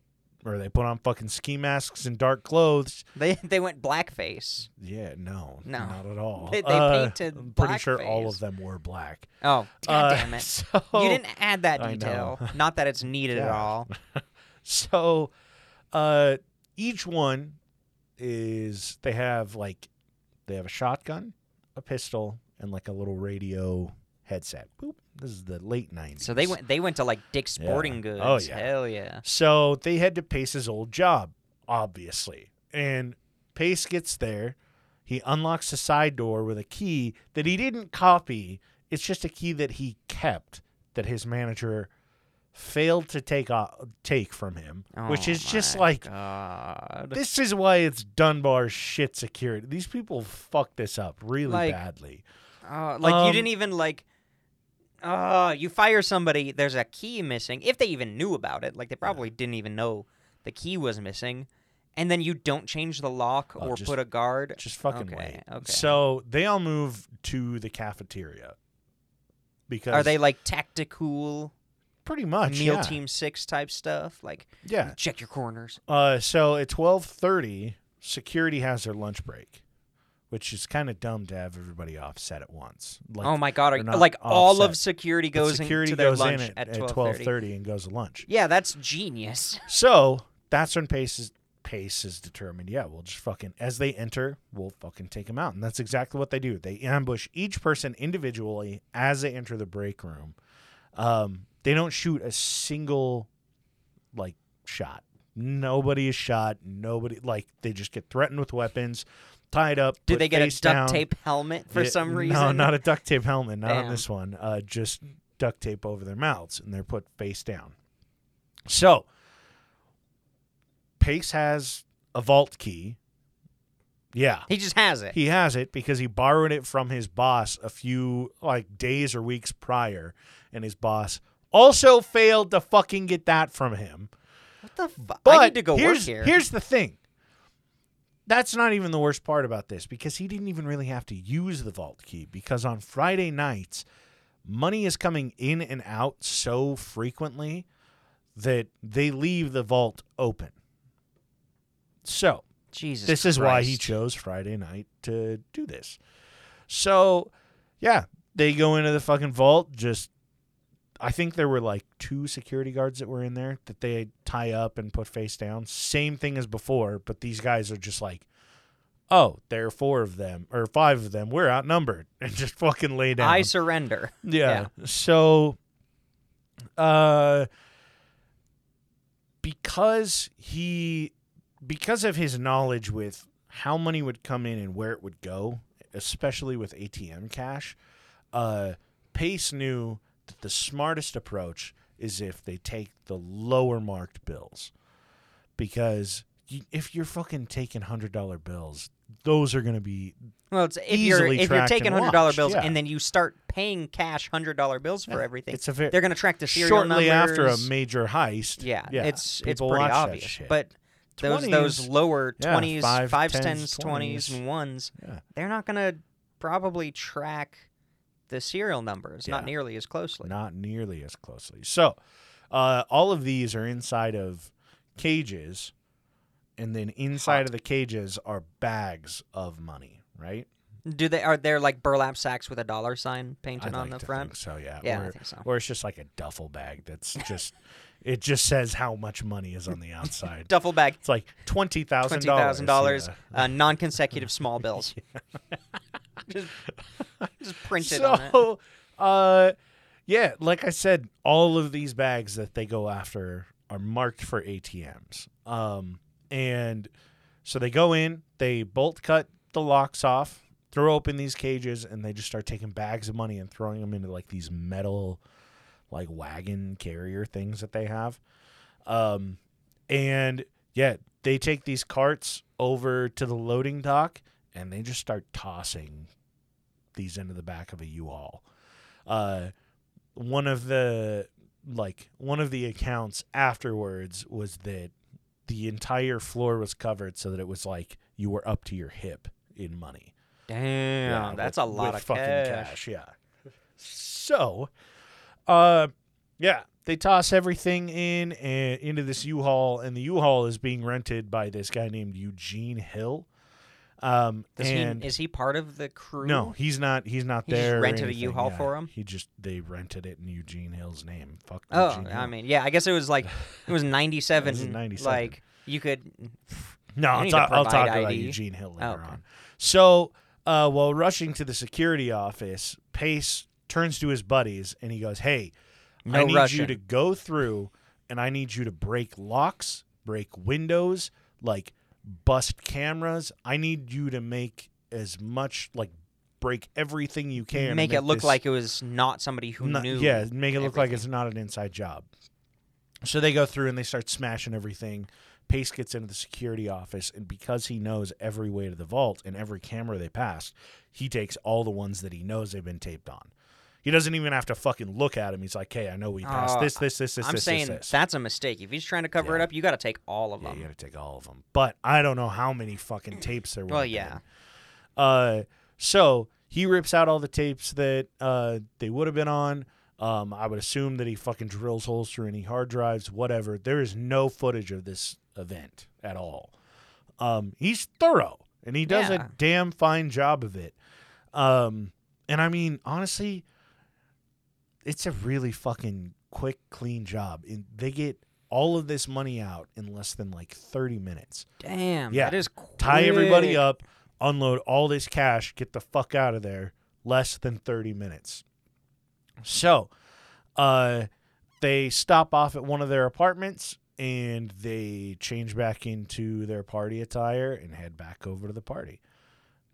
[SPEAKER 2] or they put on fucking ski masks and dark clothes.
[SPEAKER 3] They they went blackface.
[SPEAKER 2] Yeah, no,
[SPEAKER 3] No.
[SPEAKER 2] not at all.
[SPEAKER 3] They- they
[SPEAKER 2] Uh,
[SPEAKER 3] painted
[SPEAKER 2] I'm pretty sure all
[SPEAKER 3] blackface.
[SPEAKER 2] of them were black.
[SPEAKER 3] Oh god
[SPEAKER 2] Uh,
[SPEAKER 3] damn it!
[SPEAKER 2] <laughs> So,
[SPEAKER 3] you didn't add that
[SPEAKER 2] I know.
[SPEAKER 3] detail. Not that it's needed
[SPEAKER 2] <laughs>
[SPEAKER 3] at
[SPEAKER 2] Yeah.
[SPEAKER 3] all.
[SPEAKER 2] So, uh, each one is they have like they have a shotgun, a pistol, and like a little radio headset. Boop. This is the late nineties.
[SPEAKER 3] So they went they went to like Dick's
[SPEAKER 2] Yeah.
[SPEAKER 3] Sporting Goods.
[SPEAKER 2] Oh, yeah.
[SPEAKER 3] Hell yeah.
[SPEAKER 2] So they head to Pace's old job, obviously, and Pace gets there. He unlocks the side door with a key that he didn't copy. It's just a key that he kept that his manager failed to take o- take from him, which
[SPEAKER 3] Oh
[SPEAKER 2] is just
[SPEAKER 3] my
[SPEAKER 2] like
[SPEAKER 3] God.
[SPEAKER 2] This is why it's Dunbar shit security. These people fuck this up really
[SPEAKER 3] Like-
[SPEAKER 2] badly.
[SPEAKER 3] Oh, like you
[SPEAKER 2] Um,
[SPEAKER 3] didn't even like. Oh, you fire somebody. There's a key missing. If they even knew about it, like they probably didn't even know the key was missing, and then you don't change the lock
[SPEAKER 2] Oh,
[SPEAKER 3] or
[SPEAKER 2] just-
[SPEAKER 3] put a guard.
[SPEAKER 2] Just fucking
[SPEAKER 3] okay,
[SPEAKER 2] wait.
[SPEAKER 3] okay.
[SPEAKER 2] So they all move to the cafeteria because
[SPEAKER 3] Are they like tactical
[SPEAKER 2] pretty much
[SPEAKER 3] meal
[SPEAKER 2] yeah.
[SPEAKER 3] team six type stuff? Like
[SPEAKER 2] Yeah.
[SPEAKER 3] check your corners.
[SPEAKER 2] Uh, so at twelve thirty, security has their lunch break, which is kind of dumb to have everybody offset at once. Like,
[SPEAKER 3] oh my god! Are,
[SPEAKER 2] they're not
[SPEAKER 3] like all of
[SPEAKER 2] offset.
[SPEAKER 3] security
[SPEAKER 2] but
[SPEAKER 3] goes
[SPEAKER 2] security
[SPEAKER 3] into their
[SPEAKER 2] goes
[SPEAKER 3] lunch
[SPEAKER 2] in at,
[SPEAKER 3] at
[SPEAKER 2] twelve
[SPEAKER 3] 12:30.
[SPEAKER 2] thirty and goes to lunch.
[SPEAKER 3] Yeah, that's genius. <laughs>
[SPEAKER 2] So that's when Pace is Pace is determined. Yeah, we'll just fucking as they enter, we'll fucking take them out, and that's exactly what they do. They ambush each person individually as they enter the break room. Um, they don't shoot a single like shot. Nobody is shot. Nobody like they just get threatened with weapons, tied up.
[SPEAKER 3] Did
[SPEAKER 2] put
[SPEAKER 3] they get a
[SPEAKER 2] face
[SPEAKER 3] duct
[SPEAKER 2] down.
[SPEAKER 3] tape helmet for
[SPEAKER 2] Yeah,
[SPEAKER 3] some reason?
[SPEAKER 2] No, <laughs> not a duct tape helmet. Not on
[SPEAKER 3] Damn.
[SPEAKER 2] this one. Uh, just duct tape over their mouths, and they're put face down. So, Pace has a vault key. Yeah,
[SPEAKER 3] He just has it.
[SPEAKER 2] he has it because he borrowed it from his boss a few like days or weeks prior, and his boss also failed to fucking get that from him.
[SPEAKER 3] what the fuck?
[SPEAKER 2] But
[SPEAKER 3] I need to go
[SPEAKER 2] here's,
[SPEAKER 3] work here.
[SPEAKER 2] Here's the thing. That's not even the worst part about this because he didn't even really have to use the vault key because on Friday nights, money is coming in and out so frequently that they leave the vault open. So,
[SPEAKER 3] Jesus.
[SPEAKER 2] this is why he
[SPEAKER 3] Christ.
[SPEAKER 2] chose Friday night to do this. So, yeah, they go into the fucking vault. Just, I think there were like two security guards that were in there that they tie up and put face down. Same thing as before, but these guys are just like, oh, there are four of them or five of them. We're outnumbered <laughs> and just fucking lay down.
[SPEAKER 3] I surrender.
[SPEAKER 2] Yeah. So, uh, because he, because of his knowledge with how money would come in and where it would go, especially with ATM cash, uh, Pace knew that the smartest approach is if they take the lower marked bills, because y if you're fucking taking hundred dollar bills, those are gonna be
[SPEAKER 3] Well, it's if you're
[SPEAKER 2] Easily
[SPEAKER 3] if you're
[SPEAKER 2] tracked
[SPEAKER 3] taking
[SPEAKER 2] and
[SPEAKER 3] hundred dollar
[SPEAKER 2] watched,
[SPEAKER 3] bills
[SPEAKER 2] yeah.
[SPEAKER 3] and then you start paying cash hundred dollar bills for everything,
[SPEAKER 2] it's a very-
[SPEAKER 3] they're going to track the serial
[SPEAKER 2] shortly after a
[SPEAKER 3] numbers.
[SPEAKER 2] major heist.
[SPEAKER 3] yeah, it's it's
[SPEAKER 2] people
[SPEAKER 3] pretty
[SPEAKER 2] watch that
[SPEAKER 3] obvious.
[SPEAKER 2] shit.
[SPEAKER 3] But those
[SPEAKER 2] 20s,
[SPEAKER 3] those lower
[SPEAKER 2] yeah,
[SPEAKER 3] twenties,
[SPEAKER 2] five,
[SPEAKER 3] fives,
[SPEAKER 2] tens,
[SPEAKER 3] tens, twenties,
[SPEAKER 2] 20s,
[SPEAKER 3] and ones,
[SPEAKER 2] yeah.
[SPEAKER 3] they're not going to probably track the serial numbers not
[SPEAKER 2] Yeah.
[SPEAKER 3] nearly as closely.
[SPEAKER 2] Not nearly as closely. So, uh, all of these are inside of cages, and then inside of the cages are bags of money. Right?
[SPEAKER 3] Do they are there like burlap sacks with a dollar sign painted
[SPEAKER 2] I'd
[SPEAKER 3] on
[SPEAKER 2] like
[SPEAKER 3] the
[SPEAKER 2] to
[SPEAKER 3] front?
[SPEAKER 2] think so yeah.
[SPEAKER 3] Yeah, I
[SPEAKER 2] or,
[SPEAKER 3] think so.
[SPEAKER 2] or it's just like a duffel bag
[SPEAKER 3] <laughs>
[SPEAKER 2] that's just it just says how much money is on the
[SPEAKER 3] <laughs>
[SPEAKER 2] outside.
[SPEAKER 3] Duffel bag,
[SPEAKER 2] it's like twenty thousand
[SPEAKER 3] twenty
[SPEAKER 2] dollars.
[SPEAKER 3] thousand dollars, uh, non-consecutive
[SPEAKER 2] <laughs>
[SPEAKER 3] small bills. <laughs> just, just printed on it.
[SPEAKER 2] so, <laughs> uh, yeah, like I said, all of these bags that they go after are marked for ATMs. Um, and so they go in, they bolt cut the locks off, throw open these cages, and they just start taking bags of money and throwing them into like these metal, like wagon carrier things that they have. Um, and yeah, they take these carts over to the loading dock and they just start tossing these into the back of a U-Haul. Uh, one of the like one of the accounts afterwards was that the entire floor was covered so that it was like you were up to your hip in money. <laughs>
[SPEAKER 3] Damn,
[SPEAKER 2] Yeah,
[SPEAKER 3] that's
[SPEAKER 2] with-
[SPEAKER 3] a lot
[SPEAKER 2] with
[SPEAKER 3] of
[SPEAKER 2] fucking
[SPEAKER 3] cash.
[SPEAKER 2] Yeah. So, uh, yeah, they toss everything in and into this U-Haul, and the U-Haul is being rented by this guy named Eugene Hill. Um,
[SPEAKER 3] Does
[SPEAKER 2] and
[SPEAKER 3] he, is he part of the crew?
[SPEAKER 2] no, he's not. He's not
[SPEAKER 3] He just
[SPEAKER 2] there. or
[SPEAKER 3] rented a
[SPEAKER 2] anything,
[SPEAKER 3] U-Haul
[SPEAKER 2] yeah.
[SPEAKER 3] for him?
[SPEAKER 2] He just they rented it in Eugene Hill's name. Fuck.
[SPEAKER 3] Oh,
[SPEAKER 2] Eugene
[SPEAKER 3] I
[SPEAKER 2] Hill.
[SPEAKER 3] mean, yeah. I guess it was like
[SPEAKER 2] <laughs>
[SPEAKER 3] it was ninety-seven.
[SPEAKER 2] This is 97.
[SPEAKER 3] Like you could.
[SPEAKER 2] No,
[SPEAKER 3] You
[SPEAKER 2] I'll,
[SPEAKER 3] need
[SPEAKER 2] ta-
[SPEAKER 3] to
[SPEAKER 2] I'll
[SPEAKER 3] provide
[SPEAKER 2] talk about
[SPEAKER 3] ID.
[SPEAKER 2] Eugene Hill later
[SPEAKER 3] Oh, okay.
[SPEAKER 2] on. So, uh, while rushing to the security office, Pace turns to his buddies and he goes, "Hey, I
[SPEAKER 3] No
[SPEAKER 2] need you
[SPEAKER 3] rushing.
[SPEAKER 2] to go through, and I need you to break locks, break windows, like bust cameras. I need you to make as much like break everything you can, and
[SPEAKER 3] make it look
[SPEAKER 2] this-
[SPEAKER 3] like it was not somebody who
[SPEAKER 2] not-
[SPEAKER 3] knew.
[SPEAKER 2] Yeah, make it look like it's not an inside job. So they go through and they start smashing everything. Pace gets into the security office, and because he knows every way to the vault and every camera they passed, he takes all the ones that he knows they've been taped on. He doesn't even have to fucking look at him. He's like, "Hey, I know we passed
[SPEAKER 3] Oh,
[SPEAKER 2] this, this, this, this,
[SPEAKER 3] I'm
[SPEAKER 2] this,
[SPEAKER 3] saying
[SPEAKER 2] this, this."
[SPEAKER 3] that's a mistake. If he's trying to cover it
[SPEAKER 2] Yeah.
[SPEAKER 3] up, you got to take all of
[SPEAKER 2] yeah,
[SPEAKER 3] them.
[SPEAKER 2] you got to take all of them. But I don't know how many fucking tapes there were.
[SPEAKER 3] well, yeah.
[SPEAKER 2] Uh, so he rips out all the tapes that uh, they would have been on. Um, I would assume that he fucking drills holes through any hard drives, whatever. There is no footage of this event at all. Um, he's thorough and he does
[SPEAKER 3] Yeah.
[SPEAKER 2] a damn fine job of it. Um, and I mean, honestly, it's a really fucking quick, clean job. And they get all of this money out in less than like 30 minutes
[SPEAKER 3] Damn.
[SPEAKER 2] Yeah.
[SPEAKER 3] That is
[SPEAKER 2] tie everybody
[SPEAKER 3] quick.
[SPEAKER 2] up, unload all this cash, get the fuck out of there. Less than 30 minutes. So, uh, they stop off at one of their apartments and they change back into their party attire and head back over to the party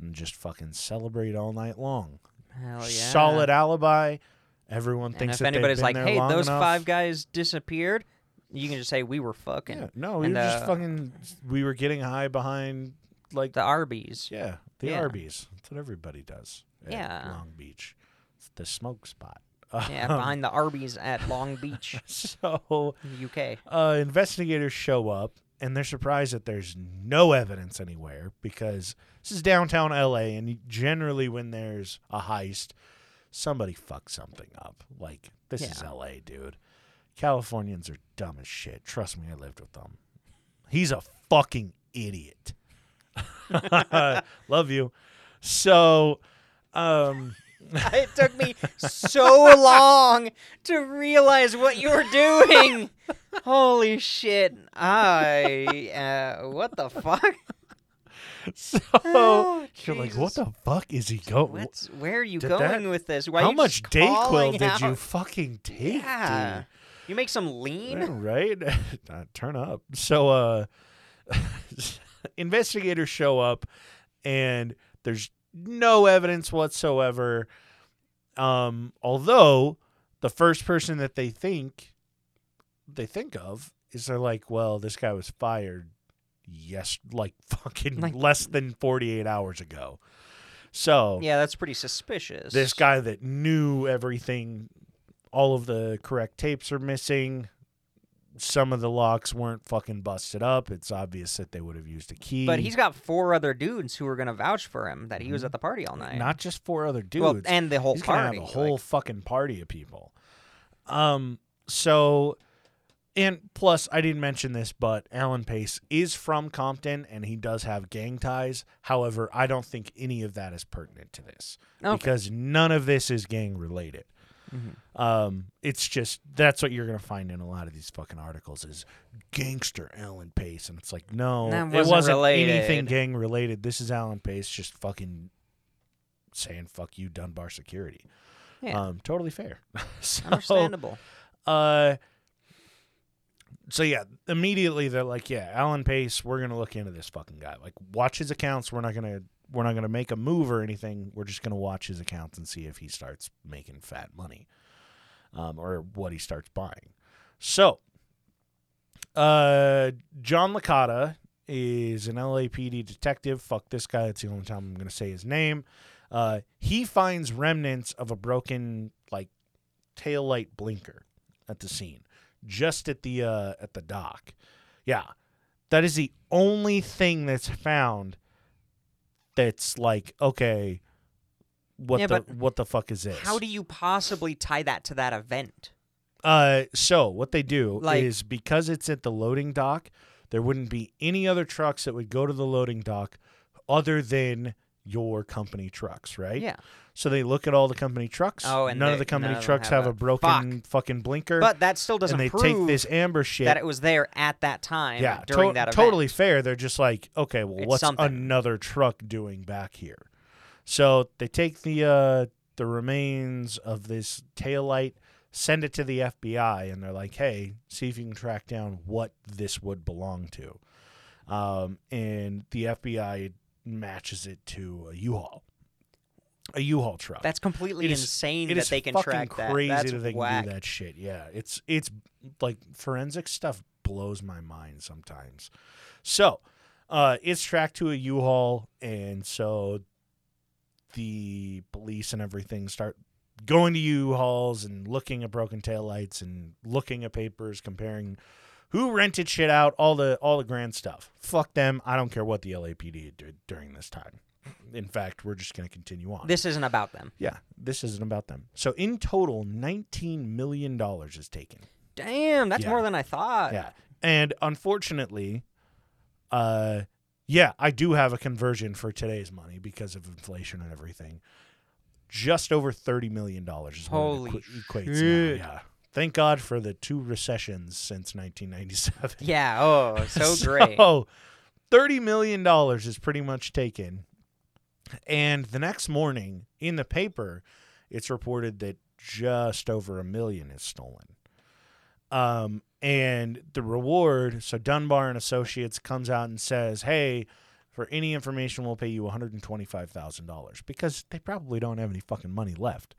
[SPEAKER 2] and just fucking celebrate all night long.
[SPEAKER 3] Hell yeah.
[SPEAKER 2] Solid alibi. Everyone
[SPEAKER 3] And
[SPEAKER 2] thinks
[SPEAKER 3] if
[SPEAKER 2] that
[SPEAKER 3] anybody's
[SPEAKER 2] they've
[SPEAKER 3] like,
[SPEAKER 2] been there
[SPEAKER 3] "Hey,
[SPEAKER 2] long
[SPEAKER 3] those
[SPEAKER 2] enough."
[SPEAKER 3] five guys disappeared," you can just say we were fucking
[SPEAKER 2] Yeah, no, we
[SPEAKER 3] and,
[SPEAKER 2] were just
[SPEAKER 3] uh,
[SPEAKER 2] fucking. We were getting high behind like
[SPEAKER 3] the Arby's.
[SPEAKER 2] Yeah, the
[SPEAKER 3] Yeah.
[SPEAKER 2] Arby's. That's what everybody does. at
[SPEAKER 3] Yeah.
[SPEAKER 2] Long Beach. It's the smoke spot.
[SPEAKER 3] Yeah,
[SPEAKER 2] <laughs> Um,
[SPEAKER 3] behind the Arby's
[SPEAKER 2] <laughs>
[SPEAKER 3] at Long Beach,
[SPEAKER 2] So
[SPEAKER 3] UK.
[SPEAKER 2] uh, investigators show up and they're surprised that there's no evidence anywhere because this is downtown LA and generally when there's a heist, somebody fucks something up. Like this is
[SPEAKER 3] Yeah.
[SPEAKER 2] LA, dude. Californians are dumb as shit. Trust me, I lived with them. He's a fucking idiot. <laughs> Love you. So,
[SPEAKER 3] <laughs>
[SPEAKER 2] um,
[SPEAKER 3] <laughs> it took me so long to realize what you were
[SPEAKER 2] <laughs>
[SPEAKER 3] doing. Holy shit! I uh, what the
[SPEAKER 2] <laughs>
[SPEAKER 3] fuck?
[SPEAKER 2] so
[SPEAKER 3] Oh,
[SPEAKER 2] <laughs> you're like,
[SPEAKER 3] Jesus.
[SPEAKER 2] what the fuck is he going?
[SPEAKER 3] What's where are you
[SPEAKER 2] Did
[SPEAKER 3] going
[SPEAKER 2] that-
[SPEAKER 3] with this? Why are
[SPEAKER 2] How
[SPEAKER 3] you
[SPEAKER 2] much
[SPEAKER 3] just
[SPEAKER 2] Dayquil
[SPEAKER 3] calling
[SPEAKER 2] did you
[SPEAKER 3] out-
[SPEAKER 2] fucking take,
[SPEAKER 3] Yeah.
[SPEAKER 2] dude?
[SPEAKER 3] You make some lean.
[SPEAKER 2] Yeah, right? <laughs> Uh, Turn up. So, uh, <laughs> investigators show up, and there's no evidence whatsoever. Um, although the first person that they think they think of is they're like, well, this guy was fired yes, like fucking
[SPEAKER 3] Like-
[SPEAKER 2] less than 48 hours ago. So
[SPEAKER 3] Yeah, that's pretty suspicious.
[SPEAKER 2] this guy that knew everything all of the correct tapes are missing some of the locks weren't fucking busted up it's obvious that they would have used a key
[SPEAKER 3] But he's got four other dudes who are gonna vouch for him that he was at the party all night.
[SPEAKER 2] Mm-hmm.
[SPEAKER 3] <laughs>
[SPEAKER 2] not just four other dudes
[SPEAKER 3] well, and the whole
[SPEAKER 2] he's gonna
[SPEAKER 3] party.
[SPEAKER 2] have a
[SPEAKER 3] like-
[SPEAKER 2] whole fucking party of people um so and plus i didn't mention this but alan pace is from compton and he does have gang ties however i don't think any of that is pertinent to this
[SPEAKER 3] Okay.
[SPEAKER 2] because none of this is gang related
[SPEAKER 3] Mhm.
[SPEAKER 2] Um, it's just that's what you're gonna find in a lot of these fucking articles is gangster Alan Pace, and it's like no,
[SPEAKER 3] That
[SPEAKER 2] it
[SPEAKER 3] wasn't
[SPEAKER 2] wasn't
[SPEAKER 3] related.
[SPEAKER 2] anything gang related. This is Alan Pace just fucking saying fuck you Dunbar security.
[SPEAKER 3] Yeah.
[SPEAKER 2] Um, totally fair. <laughs> so,
[SPEAKER 3] understandable.
[SPEAKER 2] uh, so yeah, immediately they're like, yeah, Alan Pace, we're gonna look into this fucking guy. Like, watch his accounts. We're not gonna we're not gonna make a move or anything. We're just gonna watch his accounts and see if he starts making fat money, um, or what he starts buying. So, uh, John Licata is an LAPD detective. Fuck this guy. That's the only time I'm going to say his name. Uh, he finds remnants of a broken like tail light blinker at the scene, just at the uh, at the dock. Yeah, that is the only thing that's found. That's like okay, what
[SPEAKER 3] Yeah,
[SPEAKER 2] the
[SPEAKER 3] but
[SPEAKER 2] what the fuck is this?
[SPEAKER 3] How do you possibly tie that to that event?
[SPEAKER 2] Uh, so what they do
[SPEAKER 3] Like-
[SPEAKER 2] is because it's at the loading dock, there wouldn't be any other trucks that would go to the loading dock other than your company trucks, right?
[SPEAKER 3] Yeah.
[SPEAKER 2] So they look at all the company trucks.
[SPEAKER 3] Oh, and
[SPEAKER 2] none of
[SPEAKER 3] they-
[SPEAKER 2] the company
[SPEAKER 3] none of them
[SPEAKER 2] trucks
[SPEAKER 3] have
[SPEAKER 2] have a
[SPEAKER 3] a-
[SPEAKER 2] broken fucking blinker.
[SPEAKER 3] But that still doesn't
[SPEAKER 2] and they
[SPEAKER 3] prove
[SPEAKER 2] take this amber shit.
[SPEAKER 3] that it was there at that time
[SPEAKER 2] yeah,
[SPEAKER 3] during
[SPEAKER 2] to-
[SPEAKER 3] that event.
[SPEAKER 2] totally fair. They're just like, okay, well,
[SPEAKER 3] It's
[SPEAKER 2] what's
[SPEAKER 3] something.
[SPEAKER 2] another truck doing back here? So they take the uh, the remains of this taillight, send it to the FBI, and they're like, hey, see if you can track down what this would belong to. Um, and the FBI matches it to a U-Haul, a U-Haul truck.
[SPEAKER 3] That's completely
[SPEAKER 2] It is-
[SPEAKER 3] insane
[SPEAKER 2] It
[SPEAKER 3] that
[SPEAKER 2] is
[SPEAKER 3] they can
[SPEAKER 2] fucking
[SPEAKER 3] track
[SPEAKER 2] crazy
[SPEAKER 3] that. That's
[SPEAKER 2] that they can
[SPEAKER 3] whack.
[SPEAKER 2] do that shit. Yeah, it's it's like forensic stuff blows my mind sometimes. So, uh, it's tracked to a U-Haul, and so the police and everything start going to U-Hauls and looking at broken taillights and looking at papers, comparing who rented shit out, all the all the grand stuff. Fuck them. I don't care what the LAPD did during this time. In fact, we're just going to continue on.
[SPEAKER 3] This isn't about them.
[SPEAKER 2] Yeah, this isn't about them. So in total, nineteen million dollars is taken.
[SPEAKER 3] Damn, that's
[SPEAKER 2] Yeah.
[SPEAKER 3] more than I thought.
[SPEAKER 2] Yeah, and unfortunately, uh, yeah, I do have a conversion for today's money because of inflation and everything. Just over thirty million dollars is what
[SPEAKER 3] Holy
[SPEAKER 2] it equa- equates now,
[SPEAKER 3] shit.
[SPEAKER 2] Yeah, thank God for the two recessions since nineteen ninety seven. <laughs>
[SPEAKER 3] Yeah, oh, so great.
[SPEAKER 2] So, thirty million dollars is pretty much taken, and the next morning in the paper, it's reported that just over a million is stolen. Um, and the reward. So Dunbar and Associates comes out and says, "Hey." For any information, we'll pay you one hundred and twenty-five thousand dollars because they probably don't have any fucking money left.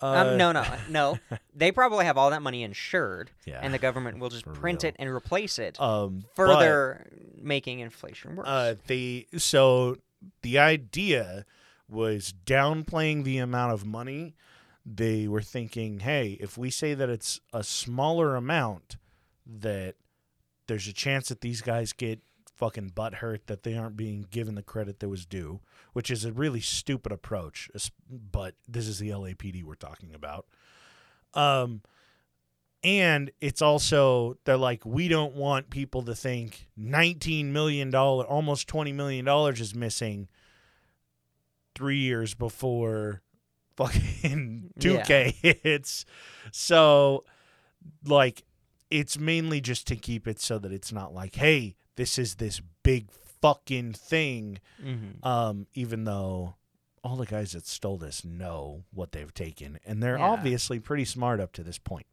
[SPEAKER 2] uh,
[SPEAKER 3] um, no, no,
[SPEAKER 2] <laughs>
[SPEAKER 3] no. They probably have all that money insured,
[SPEAKER 2] Yeah.
[SPEAKER 3] and the government will just
[SPEAKER 2] For
[SPEAKER 3] print
[SPEAKER 2] real.
[SPEAKER 3] it and replace it,
[SPEAKER 2] Um, but-
[SPEAKER 3] further making inflation worse.
[SPEAKER 2] Uh, they so the idea was downplaying the amount of money. They were thinking, hey, if we say that it's a smaller amount, that there's a chance that these guys get fucking butt hurt that they aren't being given the credit that was due, which is a really stupid approach. es- But this is the LAPD we're talking about. Um, and it's also they're like we don't want people to think 19 million dollar almost 20 million dollars is missing 3 years before fucking <laughs> 2K hits so like it's mainly just to keep it so that it's not like hey this is this big fucking thing
[SPEAKER 3] Mhm.
[SPEAKER 2] um, even though all the guys that stole this know what they've taken, and they're
[SPEAKER 3] Yeah.
[SPEAKER 2] obviously pretty smart up to this point.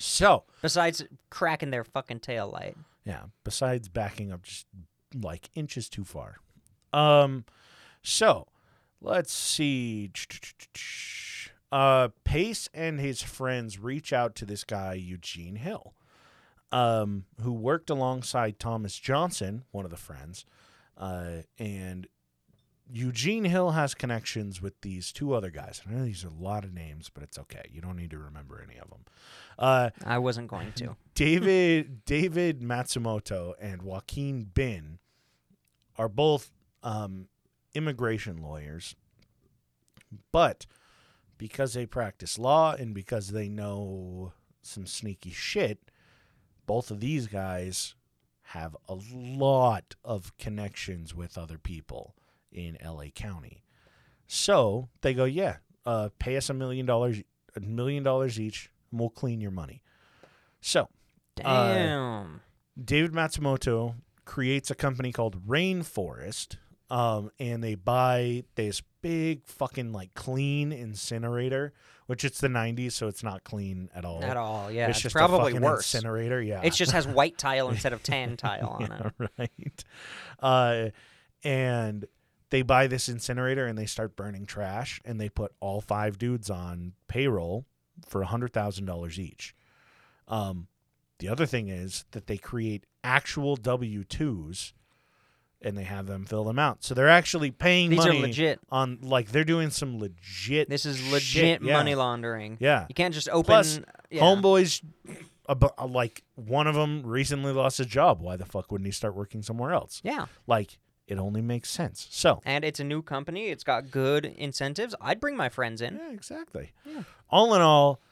[SPEAKER 2] So,
[SPEAKER 3] Besides cracking their fucking tail light.
[SPEAKER 2] yeah, besides backing up just like inches too far. Um, so let's see. Uh, Pace and his friends reach out to this guy, Eugene Hill, um, who worked alongside Thomas Johnson, one of the friends. Uh, and Eugene Hill has connections with these two other guys. I know these are a lot of names, but it's okay. You don't need to remember any of them. Uh,
[SPEAKER 3] I wasn't going to.
[SPEAKER 2] David David Matsumoto and Joaquin Bin are both um, immigration lawyers, but because they practice law and because they know some sneaky shit, both of these guys have a lot of connections with other people in LA County. So they go, yeah, uh, pay us a million dollars, a million dollars each, and we'll clean your money. So <laughs> Uh,
[SPEAKER 3] Damn.
[SPEAKER 2] David Matsumoto creates a company called Rainforest, um, and they buy this big fucking like clean incinerator, which it's the '90s, so it's not clean at all.
[SPEAKER 3] At all, yeah.
[SPEAKER 2] it's
[SPEAKER 3] it's
[SPEAKER 2] just a
[SPEAKER 3] probably
[SPEAKER 2] fucking
[SPEAKER 3] worse.
[SPEAKER 2] incinerator. Yeah,
[SPEAKER 3] It just has
[SPEAKER 2] <laughs>
[SPEAKER 3] white tile instead of tan tile on it.
[SPEAKER 2] yeah, right. Uh, and they buy this incinerator and they start burning trash, and they put all five dudes on payroll for hundred thousand dollars each. Um, The other thing is that they create actual W 2s and they have them fill them out. So they're actually paying
[SPEAKER 3] These are
[SPEAKER 2] money
[SPEAKER 3] legit.
[SPEAKER 2] on like they're doing some legit
[SPEAKER 3] This is
[SPEAKER 2] shit,
[SPEAKER 3] legit
[SPEAKER 2] yeah.
[SPEAKER 3] money laundering.
[SPEAKER 2] Yeah.
[SPEAKER 3] You can't just open
[SPEAKER 2] Plus,
[SPEAKER 3] yeah.
[SPEAKER 2] Homeboys, ab- uh, like one of them recently lost his job. Why the fuck wouldn't he start working somewhere else?
[SPEAKER 3] Yeah.
[SPEAKER 2] Like it only makes sense. So
[SPEAKER 3] And it's a new company. It's got good incentives. I'd bring my friends in.
[SPEAKER 2] yeah, exactly.
[SPEAKER 3] Yeah.
[SPEAKER 2] All in all,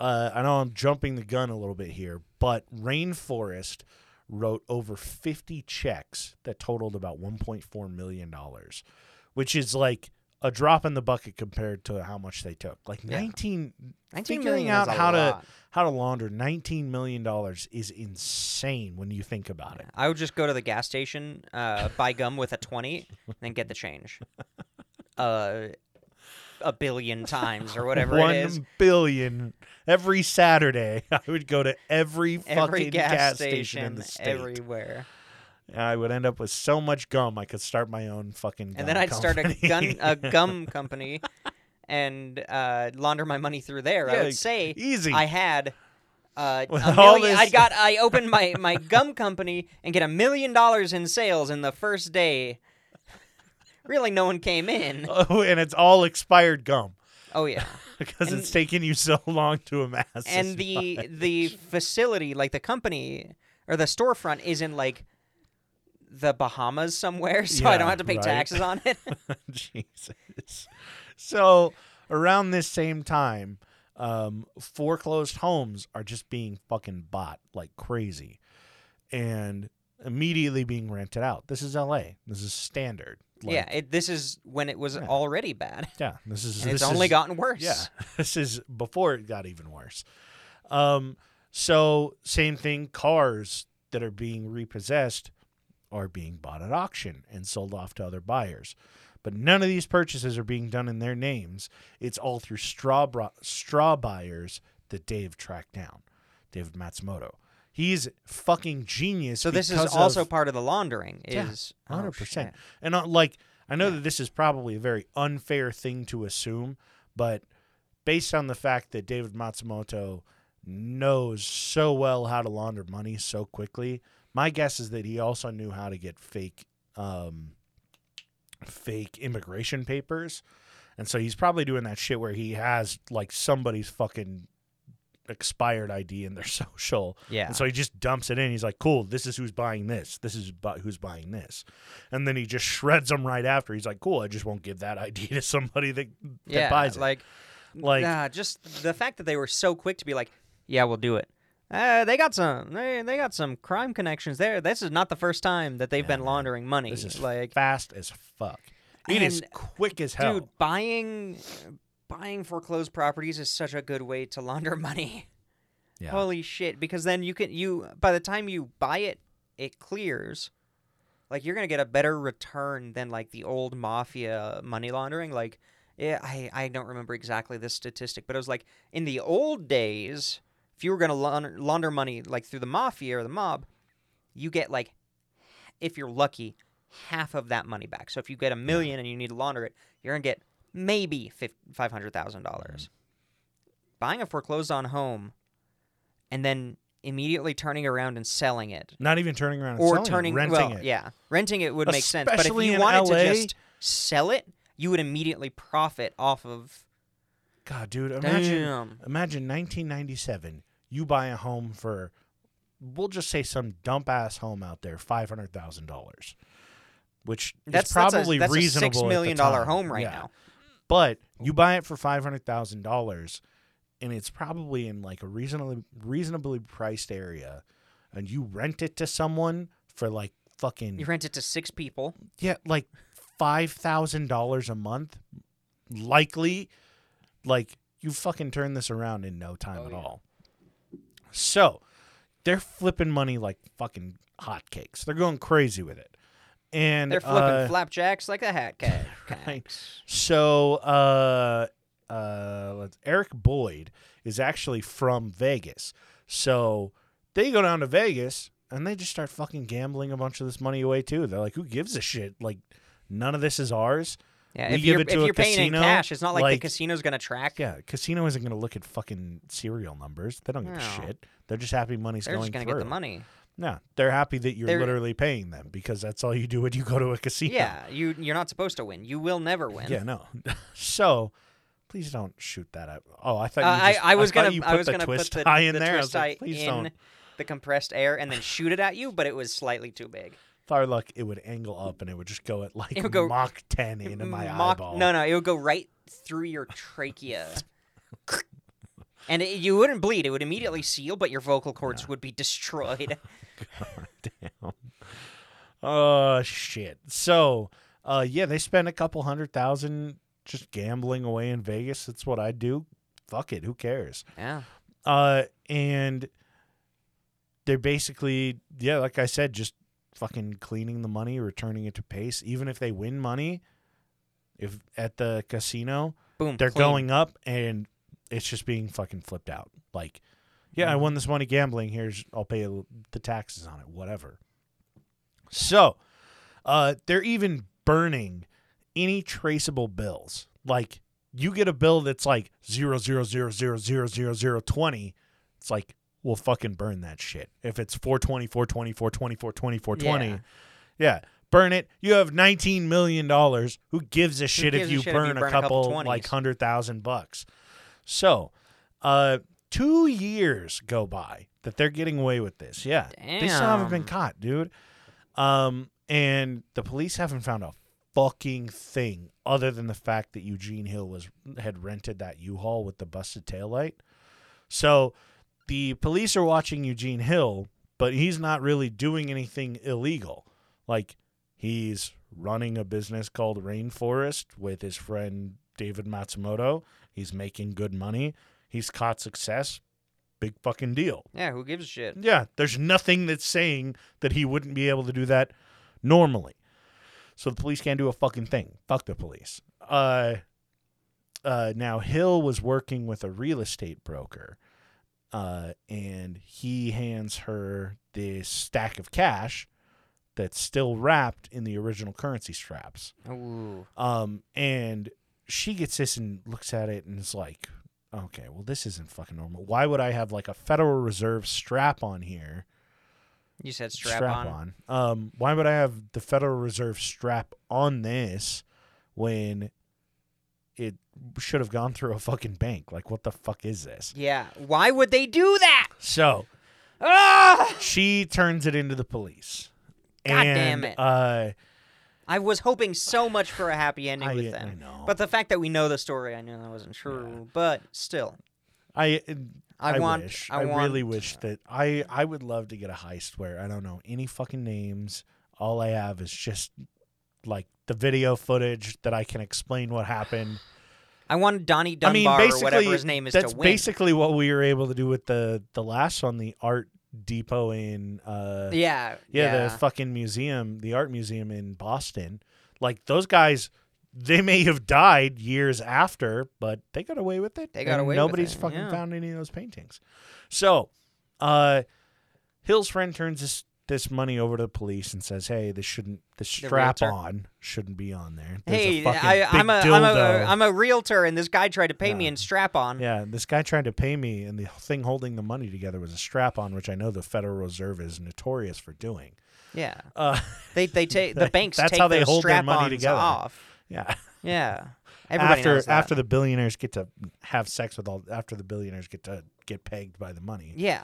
[SPEAKER 2] uh, I know I'm jumping the gun a little bit here, but Rainforest wrote over 50 checks that totaled about 1.4 million dollars, which is like a drop in the bucket compared to how much they took. Like
[SPEAKER 3] Yeah.
[SPEAKER 2] 19,
[SPEAKER 3] 19
[SPEAKER 2] figuring
[SPEAKER 3] million
[SPEAKER 2] out
[SPEAKER 3] is a
[SPEAKER 2] how
[SPEAKER 3] lot.
[SPEAKER 2] to how to launder 19 million dollars is insane when you think about it.
[SPEAKER 3] I would just go to the gas station, uh, buy gum with a 20, and then get the
[SPEAKER 2] <laughs>
[SPEAKER 3] change. Uh, a billion times or whatever
[SPEAKER 2] One
[SPEAKER 3] it is.
[SPEAKER 2] billion every Saturday. <laughs> I would go to every fucking
[SPEAKER 3] Every gas,
[SPEAKER 2] station,
[SPEAKER 3] station,
[SPEAKER 2] in the state.
[SPEAKER 3] everywhere.
[SPEAKER 2] I would end up with so much gum I could start my own fucking. Gum
[SPEAKER 3] and then I'd start a
[SPEAKER 2] company.
[SPEAKER 3] gun a gum company and uh, launder my money through there.
[SPEAKER 2] Yeah,
[SPEAKER 3] I would say
[SPEAKER 2] easy.
[SPEAKER 3] I had uh,
[SPEAKER 2] With
[SPEAKER 3] a
[SPEAKER 2] all
[SPEAKER 3] million, I
[SPEAKER 2] this-
[SPEAKER 3] got I opened my, my gum company and get a million dollars in sales in the first day. Really, no one came in.
[SPEAKER 2] <laughs> oh, and it's all expired gum <laughs>
[SPEAKER 3] Oh yeah,
[SPEAKER 2] because it's
[SPEAKER 3] And-
[SPEAKER 2] taken you so <laughs> long to amass. this <laughs>
[SPEAKER 3] and the the facility, like the company or the storefront, is in like the Bahamas somewhere, <laughs> so I don't
[SPEAKER 2] Yeah,
[SPEAKER 3] have to pay
[SPEAKER 2] right.
[SPEAKER 3] taxes on it.
[SPEAKER 2] Jesus. So around this same time, um, foreclosed homes are just being fucking bought like crazy, and immediately being rented out. This is L.A. This is standard. Like,
[SPEAKER 3] yeah, it, this is when it was already bad.
[SPEAKER 2] yeah. This is
[SPEAKER 3] And it's
[SPEAKER 2] this
[SPEAKER 3] only
[SPEAKER 2] is-
[SPEAKER 3] gotten worse.
[SPEAKER 2] Yeah, <laughs> this is before it got even worse. Um, so same thing, cars that are being repossessed are being bought at auction and sold off to other buyers. But none of these purchases are being done in their names. It's all through straw bro- straw buyers that Dave tracked down, David Matsumoto. He's fucking genius.
[SPEAKER 3] So this is
[SPEAKER 2] because of-
[SPEAKER 3] also part of the laundering.
[SPEAKER 2] Yeah,
[SPEAKER 3] Is oh,
[SPEAKER 2] hundred percent.
[SPEAKER 3] shit.
[SPEAKER 2] And uh, like, I know that this is probably a very unfair thing to assume, but based on the fact that David Matsumoto knows so well how to launder money so quickly, my guess is that he also knew how to get fake, um, fake immigration papers, and so he's probably doing that shit where he has like somebody's fucking expired ID in their <laughs> social,
[SPEAKER 3] Yeah.
[SPEAKER 2] and so he just dumps it in. He's like, "Cool, this is who's buying this. This is bu- who's buying this," and then he just shreds them right after. He's like, "Cool, I just won't give that <laughs> ID to somebody that, that
[SPEAKER 3] yeah.
[SPEAKER 2] buys it."
[SPEAKER 3] like,
[SPEAKER 2] Like-
[SPEAKER 3] nah, just the fact that they were so quick to be like, yeah, we'll do it. Uh, they got some. They, they got some crime connections there. This is not the first time that they've been laundering money.
[SPEAKER 2] this is
[SPEAKER 3] like,
[SPEAKER 2] fast as fuck. It is
[SPEAKER 3] And-
[SPEAKER 2] quick as hell.
[SPEAKER 3] dude, buying buying foreclosed properties is such a good way to launder <laughs> money.
[SPEAKER 2] yeah.
[SPEAKER 3] Holy shit! Because then you can you by the time you buy it, it clears. Like you're gonna get a better return than like the old mafia money laundering. Like, yeah, I I don't remember exactly this statistic, but it was like in the old days, if you were gonna launder, launder money like through the mafia or the mob, you get like, if you're lucky, half of that money back. So if you get a million and you need to launder it, you're gonna get maybe five hundred thousand dollars. Buying a foreclosed on home and then immediately turning around and selling it
[SPEAKER 2] Not even turning around and
[SPEAKER 3] or
[SPEAKER 2] Uh, selling it,
[SPEAKER 3] turning
[SPEAKER 2] renting
[SPEAKER 3] well,
[SPEAKER 2] it.
[SPEAKER 3] yeah renting it would make sense but if
[SPEAKER 2] Especially
[SPEAKER 3] you
[SPEAKER 2] in
[SPEAKER 3] wanted
[SPEAKER 2] LA.
[SPEAKER 3] to just sell it you would immediately profit off of
[SPEAKER 2] God, dude, imagine
[SPEAKER 3] Damn.
[SPEAKER 2] imagine 1997. You buy a home for, we'll just say some dump ass home out there, five hundred thousand dollars, which
[SPEAKER 3] that's
[SPEAKER 2] is probably
[SPEAKER 3] that's a, that's
[SPEAKER 2] reasonable.
[SPEAKER 3] a six
[SPEAKER 2] at the
[SPEAKER 3] million dollar
[SPEAKER 2] time.
[SPEAKER 3] home right
[SPEAKER 2] Yeah.
[SPEAKER 3] now
[SPEAKER 2] But you buy it for five hundred thousand dollars, and it's probably in like a reasonably reasonably priced area, and you rent it to someone for like fucking
[SPEAKER 3] you rent it to six people
[SPEAKER 2] yeah, like five thousand dollars a month, likely. Like you fucking turn this around in no
[SPEAKER 3] Oh,
[SPEAKER 2] time at all. So they're flipping money like fucking hotcakes. They're going crazy with it, and
[SPEAKER 3] they're flipping
[SPEAKER 2] uh,
[SPEAKER 3] flapjacks like a
[SPEAKER 2] <laughs>
[SPEAKER 3] eh, hat cat cacks.
[SPEAKER 2] so uh, uh, let's, Eric Boyd is actually from Vegas. So they go down to Vegas and they just start fucking gambling a bunch of this money away too. They're like, "Who gives a shit? Like, none of this is ours."
[SPEAKER 3] Yeah,
[SPEAKER 2] We
[SPEAKER 3] if
[SPEAKER 2] give
[SPEAKER 3] you're,
[SPEAKER 2] it
[SPEAKER 3] if
[SPEAKER 2] to a
[SPEAKER 3] you're paying
[SPEAKER 2] casino,
[SPEAKER 3] in cash, it's not like,
[SPEAKER 2] like-
[SPEAKER 3] the casino's gonna track.
[SPEAKER 2] Yeah, casino isn't going to look at fucking serial numbers. They don't give a
[SPEAKER 3] No.
[SPEAKER 2] shit. They're just happy money's
[SPEAKER 3] They're
[SPEAKER 2] going
[SPEAKER 3] just gonna
[SPEAKER 2] through.
[SPEAKER 3] get the money.
[SPEAKER 2] <laughs> No, they're happy that you're
[SPEAKER 3] They're-
[SPEAKER 2] literally paying them because that's all you do when you go to a casino.
[SPEAKER 3] Yeah, you you're not supposed to win. You will never win.
[SPEAKER 2] Yeah,
[SPEAKER 3] <laughs>
[SPEAKER 2] no. so please don't shoot that up. Oh, I thought
[SPEAKER 3] Uh,
[SPEAKER 2] you just,
[SPEAKER 3] I, I was
[SPEAKER 2] thought
[SPEAKER 3] gonna
[SPEAKER 2] you put
[SPEAKER 3] I was
[SPEAKER 2] the
[SPEAKER 3] gonna
[SPEAKER 2] twist <laughs>
[SPEAKER 3] put the,
[SPEAKER 2] tie in
[SPEAKER 3] the
[SPEAKER 2] there. I was
[SPEAKER 3] twist
[SPEAKER 2] like,
[SPEAKER 3] tie
[SPEAKER 2] please
[SPEAKER 3] in
[SPEAKER 2] don't.
[SPEAKER 3] the compressed air and then shoot it at you, but it was slightly too big.
[SPEAKER 2] Tharluck, it would angle up and it would just go at like
[SPEAKER 3] It would go-
[SPEAKER 2] Mach 10 into my
[SPEAKER 3] <laughs> Mock-
[SPEAKER 2] eyeball.
[SPEAKER 3] Mm, No, no, it would go right through your trachea. And it, you wouldn't bleed; it would immediately seal, but your vocal cords would be
[SPEAKER 2] <laughs>
[SPEAKER 3] destroyed.
[SPEAKER 2] Damn. Oh shit. So, uh, yeah, they spend a couple hundred thousand just gambling away in Vegas. That's what I do. Fuck it. Who cares?
[SPEAKER 3] yeah,
[SPEAKER 2] Uh, and they're basically, yeah, like I said, just fucking cleaning the money, returning it to Pace. Even if they win money, if at the casino,
[SPEAKER 3] boom.
[SPEAKER 2] they're
[SPEAKER 3] clean.
[SPEAKER 2] going up and it's just being fucking flipped out. Like, yeah,
[SPEAKER 3] Mm-hmm.
[SPEAKER 2] I won this money gambling. Here's I'll pay the taxes on it, whatever. So, uh, they're even burning any traceable bills. Like, you get a bill that's like zero zero zero zero zero zero zero twenty. It's like we'll fucking burn that shit. If it's 420, 420, 420, 420, 420,
[SPEAKER 3] Yeah.
[SPEAKER 2] yeah, burn it. You have nineteen million dollars. Who gives a shit if
[SPEAKER 3] gives a
[SPEAKER 2] you
[SPEAKER 3] shit if
[SPEAKER 2] burn
[SPEAKER 3] you burn
[SPEAKER 2] a
[SPEAKER 3] a couple
[SPEAKER 2] couple
[SPEAKER 3] 20s?
[SPEAKER 2] like hundred thousand bucks? So, uh, two years go by that they're getting away with this. Yeah, they still haven't been
[SPEAKER 3] Damn.
[SPEAKER 2] caught, dude. Um, and the police haven't found a fucking thing other than the fact that Eugene Hill was had rented that U-Haul with the busted taillight. So the police are watching Eugene Hill, but he's not really doing anything illegal. Like he's running a business called Rainforest with his friend David Matsumoto. He's making good money. He's caught success. Big fucking deal.
[SPEAKER 3] Yeah, who gives a shit?
[SPEAKER 2] Yeah, there's nothing that's saying that he wouldn't be able to do that normally. So the police can't do a fucking thing. Fuck the police. Uh, uh, now Hill was working with a real estate broker, uh, and he hands her this stack of cash that's still wrapped in the original currency straps.
[SPEAKER 3] Ooh,
[SPEAKER 2] Um, and she gets this and looks at it and is like, okay, well, this isn't fucking normal. Why would I have like a Federal Reserve strap on here?
[SPEAKER 3] you said strap, on.
[SPEAKER 2] Um, why would I have the Federal Reserve strap on this when it should have gone through a fucking bank? Like, what the fuck is this?
[SPEAKER 3] Yeah, why would they do that?
[SPEAKER 2] So
[SPEAKER 3] Ah!
[SPEAKER 2] she turns it into the police.
[SPEAKER 3] God
[SPEAKER 2] and,
[SPEAKER 3] damn it.
[SPEAKER 2] Uh,
[SPEAKER 3] I was hoping so much for a happy ending
[SPEAKER 2] I-
[SPEAKER 3] with them.
[SPEAKER 2] I know.
[SPEAKER 3] But the fact that we know the story, I knew that wasn't true. But still,
[SPEAKER 2] I
[SPEAKER 3] I want-
[SPEAKER 2] wish.
[SPEAKER 3] I want-
[SPEAKER 2] really wish that I I would love to get a heist where I don't know any fucking names. All I have is just like the video footage that I can explain what happened.
[SPEAKER 3] I wanted Donnie
[SPEAKER 2] I
[SPEAKER 3] Dunbar
[SPEAKER 2] mean, basically,
[SPEAKER 3] or whatever his name is
[SPEAKER 2] that's
[SPEAKER 3] to win.
[SPEAKER 2] basically what we were able to do with the the last one, the art depot in uh
[SPEAKER 3] yeah,
[SPEAKER 2] yeah, the fucking museum, the art museum in Boston. Like those guys, they may have died years after, but they got away with it.
[SPEAKER 3] They got
[SPEAKER 2] and
[SPEAKER 3] away with
[SPEAKER 2] Nobody's
[SPEAKER 3] it,
[SPEAKER 2] fucking
[SPEAKER 3] yeah.
[SPEAKER 2] found any of those paintings. So, uh, Hill's friend turns this this money over to the police and says, "Hey, this shouldn't. This
[SPEAKER 3] The
[SPEAKER 2] strap
[SPEAKER 3] realtor.
[SPEAKER 2] on shouldn't be on there. There's a
[SPEAKER 3] Hey,
[SPEAKER 2] fucking
[SPEAKER 3] I, I'm, a,
[SPEAKER 2] big
[SPEAKER 3] I'm a
[SPEAKER 2] dildo."
[SPEAKER 3] I'm a realtor, and this guy tried to pay me in strap on.
[SPEAKER 2] Yeah, and this guy tried to pay me, and the thing holding the money together was a strap on, which I know the Federal Reserve is notorious for doing.
[SPEAKER 3] Yeah,
[SPEAKER 2] Uh, <laughs>
[SPEAKER 3] they they take the
[SPEAKER 2] That-
[SPEAKER 3] banks.
[SPEAKER 2] that's
[SPEAKER 3] take
[SPEAKER 2] how they
[SPEAKER 3] those
[SPEAKER 2] hold their money
[SPEAKER 3] strap-ons
[SPEAKER 2] together.
[SPEAKER 3] Off.
[SPEAKER 2] yeah.
[SPEAKER 3] Yeah, everybody
[SPEAKER 2] after
[SPEAKER 3] knows that.
[SPEAKER 2] after the billionaires get to have sex with all after the billionaires get to get pegged by the money.
[SPEAKER 3] yeah,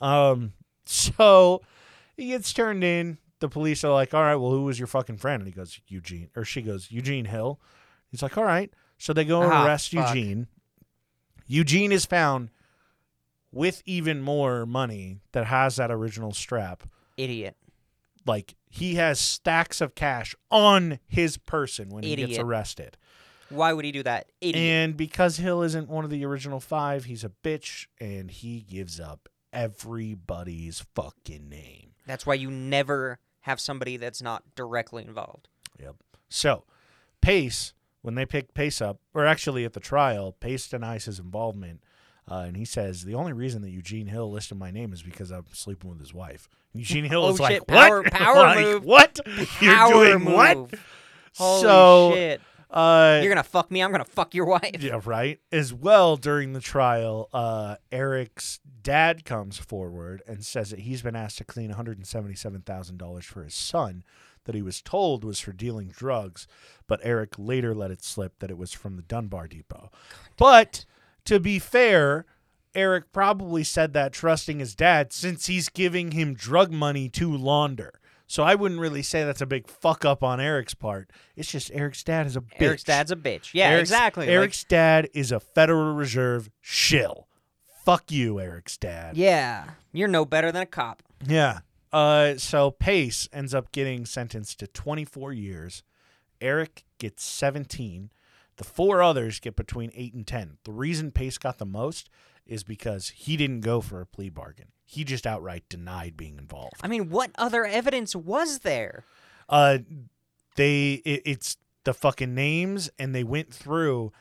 [SPEAKER 2] Um <laughs> so he gets turned in. The police are like, "All right, well, who was your fucking friend?" And he goes, "Eugene." Or she goes, "Eugene Hill." He's like, "All right." So they go and
[SPEAKER 3] Ah,
[SPEAKER 2] arrest
[SPEAKER 3] fuck.
[SPEAKER 2] Eugene. Eugene is found with even more money that has that original strap.
[SPEAKER 3] idiot.
[SPEAKER 2] Like he has stacks of cash on his person when he gets
[SPEAKER 3] Idiot.
[SPEAKER 2] arrested.
[SPEAKER 3] Why would he do that? Idiot.
[SPEAKER 2] And because Hill isn't one of the original five, he's a bitch and he gives up everybody's fucking name.
[SPEAKER 3] that's why you never have somebody that's not directly involved.
[SPEAKER 2] Yep. So, Pace, when they pick Pace up, or actually at the trial, Pace denies his involvement. Uh, and he says the only reason that Eugene Hill listed my name is because I'm sleeping with his wife. And Eugene Hill
[SPEAKER 3] <laughs> Oh,
[SPEAKER 2] is <laughs> like, "What?
[SPEAKER 3] shit. Power- power
[SPEAKER 2] Like,
[SPEAKER 3] move.
[SPEAKER 2] What? <laughs> You're
[SPEAKER 3] Power
[SPEAKER 2] doing what?"
[SPEAKER 3] move. Holy
[SPEAKER 2] so,
[SPEAKER 3] shit!
[SPEAKER 2] Uh,
[SPEAKER 3] You're gonna fuck me. I'm gonna fuck your wife.
[SPEAKER 2] yeah, right. As well, during the trial, uh, Eric's dad comes forward and says that he's been asked to clean $177,000 for his son that he was told was for dealing drugs, but Eric later let it slip that it was from the Dunbar Depot. But to be fair, Eric probably said that trusting his dad since he's giving him drug money to launder. So I wouldn't really say that's a big fuck up on Eric's part. It's just Eric's dad is a bitch.
[SPEAKER 3] Eric's dad's a bitch. Yeah,
[SPEAKER 2] Eric's-
[SPEAKER 3] exactly. like-
[SPEAKER 2] Eric's dad is a Federal Reserve shill. Fuck you, Eric's dad.
[SPEAKER 3] yeah, you're no better than a cop.
[SPEAKER 2] Yeah. Uh, so Pace ends up getting sentenced to 24 years. Eric gets 17. The four others get between 8 and 10. The reason Pace got the most is because he didn't go for a plea bargain. He just outright denied being involved.
[SPEAKER 3] I mean, what other evidence was there?
[SPEAKER 2] Uh, they it, it's the fucking names, and they went through,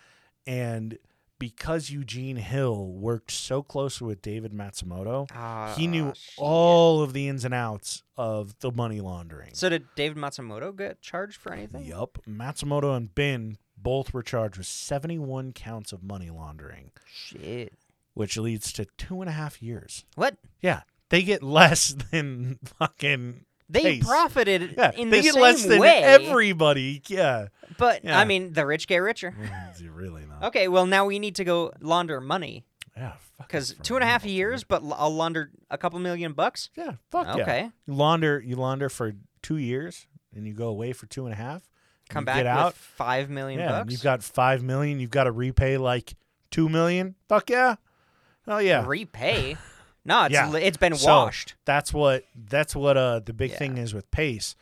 [SPEAKER 2] and because Eugene Hill worked so closely with David Matsumoto, he knew
[SPEAKER 3] Ah, shit.
[SPEAKER 2] all of the ins and outs of the money laundering.
[SPEAKER 3] So did David Matsumoto get charged for anything?
[SPEAKER 2] Yup, Matsumoto and Bin both were charged with seventy-one counts of money laundering,
[SPEAKER 3] Shit.
[SPEAKER 2] which leads to two and a half years.
[SPEAKER 3] What?
[SPEAKER 2] Yeah, they get less <laughs> than fucking.
[SPEAKER 3] They
[SPEAKER 2] Pace.
[SPEAKER 3] profited
[SPEAKER 2] Yeah,
[SPEAKER 3] in
[SPEAKER 2] they
[SPEAKER 3] the
[SPEAKER 2] get
[SPEAKER 3] same
[SPEAKER 2] less than
[SPEAKER 3] way.
[SPEAKER 2] everybody. Yeah,
[SPEAKER 3] but
[SPEAKER 2] yeah.
[SPEAKER 3] I mean, the rich get richer.
[SPEAKER 2] <laughs> It's really not.
[SPEAKER 3] Okay, well now we need to go launder money
[SPEAKER 2] Yeah,
[SPEAKER 3] because two and a half years, but l- I'll launder a couple million bucks.
[SPEAKER 2] Yeah, fuck yeah.
[SPEAKER 3] Okay.
[SPEAKER 2] You launder, you launder for two years, and you go away for two and a half. and
[SPEAKER 3] Come
[SPEAKER 2] you
[SPEAKER 3] back
[SPEAKER 2] get out.
[SPEAKER 3] with five million
[SPEAKER 2] yeah, and
[SPEAKER 3] bucks.
[SPEAKER 2] you've got five million. You've got to repay like two million. Fuck yeah. Oh yeah.
[SPEAKER 3] repay. no, it's
[SPEAKER 2] Yeah.
[SPEAKER 3] li- it's been
[SPEAKER 2] So,
[SPEAKER 3] washed.
[SPEAKER 2] That's what. That's what. Uh, the big
[SPEAKER 3] Yeah.
[SPEAKER 2] thing is with Pace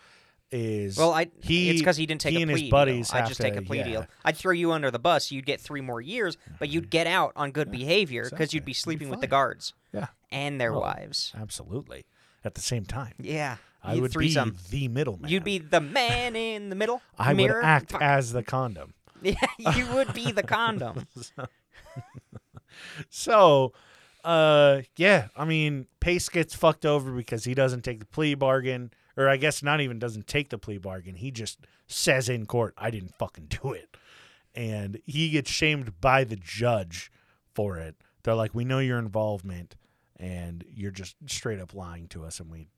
[SPEAKER 2] is
[SPEAKER 3] Well, I
[SPEAKER 2] he
[SPEAKER 3] it's because he didn't take
[SPEAKER 2] he
[SPEAKER 3] a
[SPEAKER 2] and
[SPEAKER 3] plea
[SPEAKER 2] his buddies
[SPEAKER 3] deal. I
[SPEAKER 2] have
[SPEAKER 3] just take
[SPEAKER 2] to-
[SPEAKER 3] a plea
[SPEAKER 2] yeah.
[SPEAKER 3] deal. I'd throw you under the bus. You'd get three more years, but you'd get out on good behavior because
[SPEAKER 2] exactly.
[SPEAKER 3] you'd be
[SPEAKER 2] You'd be
[SPEAKER 3] sleeping with the
[SPEAKER 2] fine.
[SPEAKER 3] guards
[SPEAKER 2] Yeah,
[SPEAKER 3] and their
[SPEAKER 2] Oh.
[SPEAKER 3] wives.
[SPEAKER 2] absolutely. At the same time,
[SPEAKER 3] Yeah,
[SPEAKER 2] I
[SPEAKER 3] you'd
[SPEAKER 2] would be
[SPEAKER 3] threesome.
[SPEAKER 2] the middleman.
[SPEAKER 3] You'd be the man in the middle.
[SPEAKER 2] <laughs> I
[SPEAKER 3] mirror.
[SPEAKER 2] would act
[SPEAKER 3] Fuck.
[SPEAKER 2] as the condom.
[SPEAKER 3] <laughs> Yeah, you would be the condom.
[SPEAKER 2] So, uh, yeah, I mean, Pace gets fucked over because he doesn't take the plea bargain, or I guess not even doesn't take the plea bargain. He just says in court, "I didn't fucking do it," and he gets shamed by the judge for it. They're like, "We know your involvement, and you're just straight up lying to us, and we,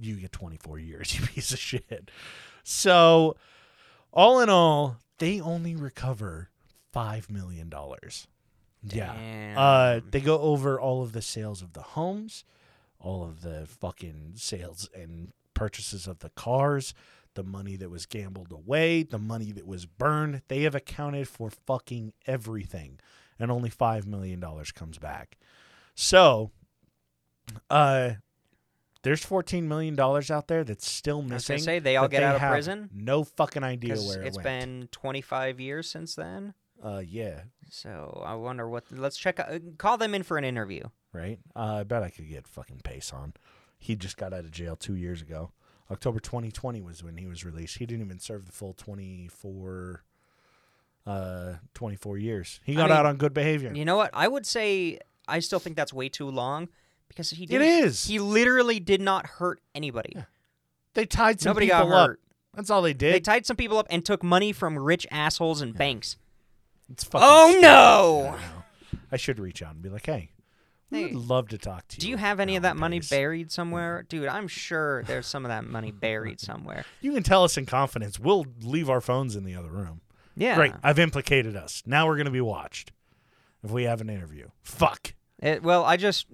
[SPEAKER 2] you get 24 years, <laughs> you piece of shit." So, all in all, they only recover five million dollars. <laughs> Yeah. Uh,
[SPEAKER 3] Damn.
[SPEAKER 2] they go over all of the sales of the homes, all of the fucking sales and purchases of the cars, the money that was gambled away, the money that was burned. They have accounted for fucking everything, and only five million dollars comes back. So, uh, there's fourteen million dollars out there that's still
[SPEAKER 3] I was
[SPEAKER 2] missing.
[SPEAKER 3] gonna say they all
[SPEAKER 2] that
[SPEAKER 3] get out of
[SPEAKER 2] have
[SPEAKER 3] prison
[SPEAKER 2] No fucking idea
[SPEAKER 3] because
[SPEAKER 2] where it
[SPEAKER 3] it's
[SPEAKER 2] went.
[SPEAKER 3] been 25 years since then.
[SPEAKER 2] Uh, yeah, so
[SPEAKER 3] So I wonder what. Let's check. Uh, call them in for an interview.
[SPEAKER 2] right? Uh, I bet I could get fucking Pace on. He just got out of jail two years ago. October 2020 was when he was released. He didn't even serve the full 24, uh, 24 years. He
[SPEAKER 3] I
[SPEAKER 2] got out
[SPEAKER 3] mean,
[SPEAKER 2] on good behavior.
[SPEAKER 3] You know what? I would say I still think that's way too long because he did.
[SPEAKER 2] is.
[SPEAKER 3] He literally did not hurt anybody.
[SPEAKER 2] they tied some
[SPEAKER 3] Nobody
[SPEAKER 2] people
[SPEAKER 3] got hurt.
[SPEAKER 2] up. That's all they did.
[SPEAKER 3] They tied some people up and took money from rich assholes and banks.
[SPEAKER 2] it's fucking
[SPEAKER 3] Oh,
[SPEAKER 2] stupid.
[SPEAKER 3] no!
[SPEAKER 2] I know. I should reach out and be like, hey, we
[SPEAKER 3] Hey,
[SPEAKER 2] would love to talk to you.
[SPEAKER 3] Do you have any of
[SPEAKER 2] Alan
[SPEAKER 3] that money
[SPEAKER 2] Pace.
[SPEAKER 3] buried
[SPEAKER 2] Mm-hmm.
[SPEAKER 3] somewhere, dude? I'm sure there's some of that money buried somewhere.
[SPEAKER 2] You can tell us in confidence. We'll leave our phones in the other room.
[SPEAKER 3] Yeah,
[SPEAKER 2] Great. I've implicated us. Now we're going to be watched if we have an interview. Fuck.
[SPEAKER 3] It, well, I just,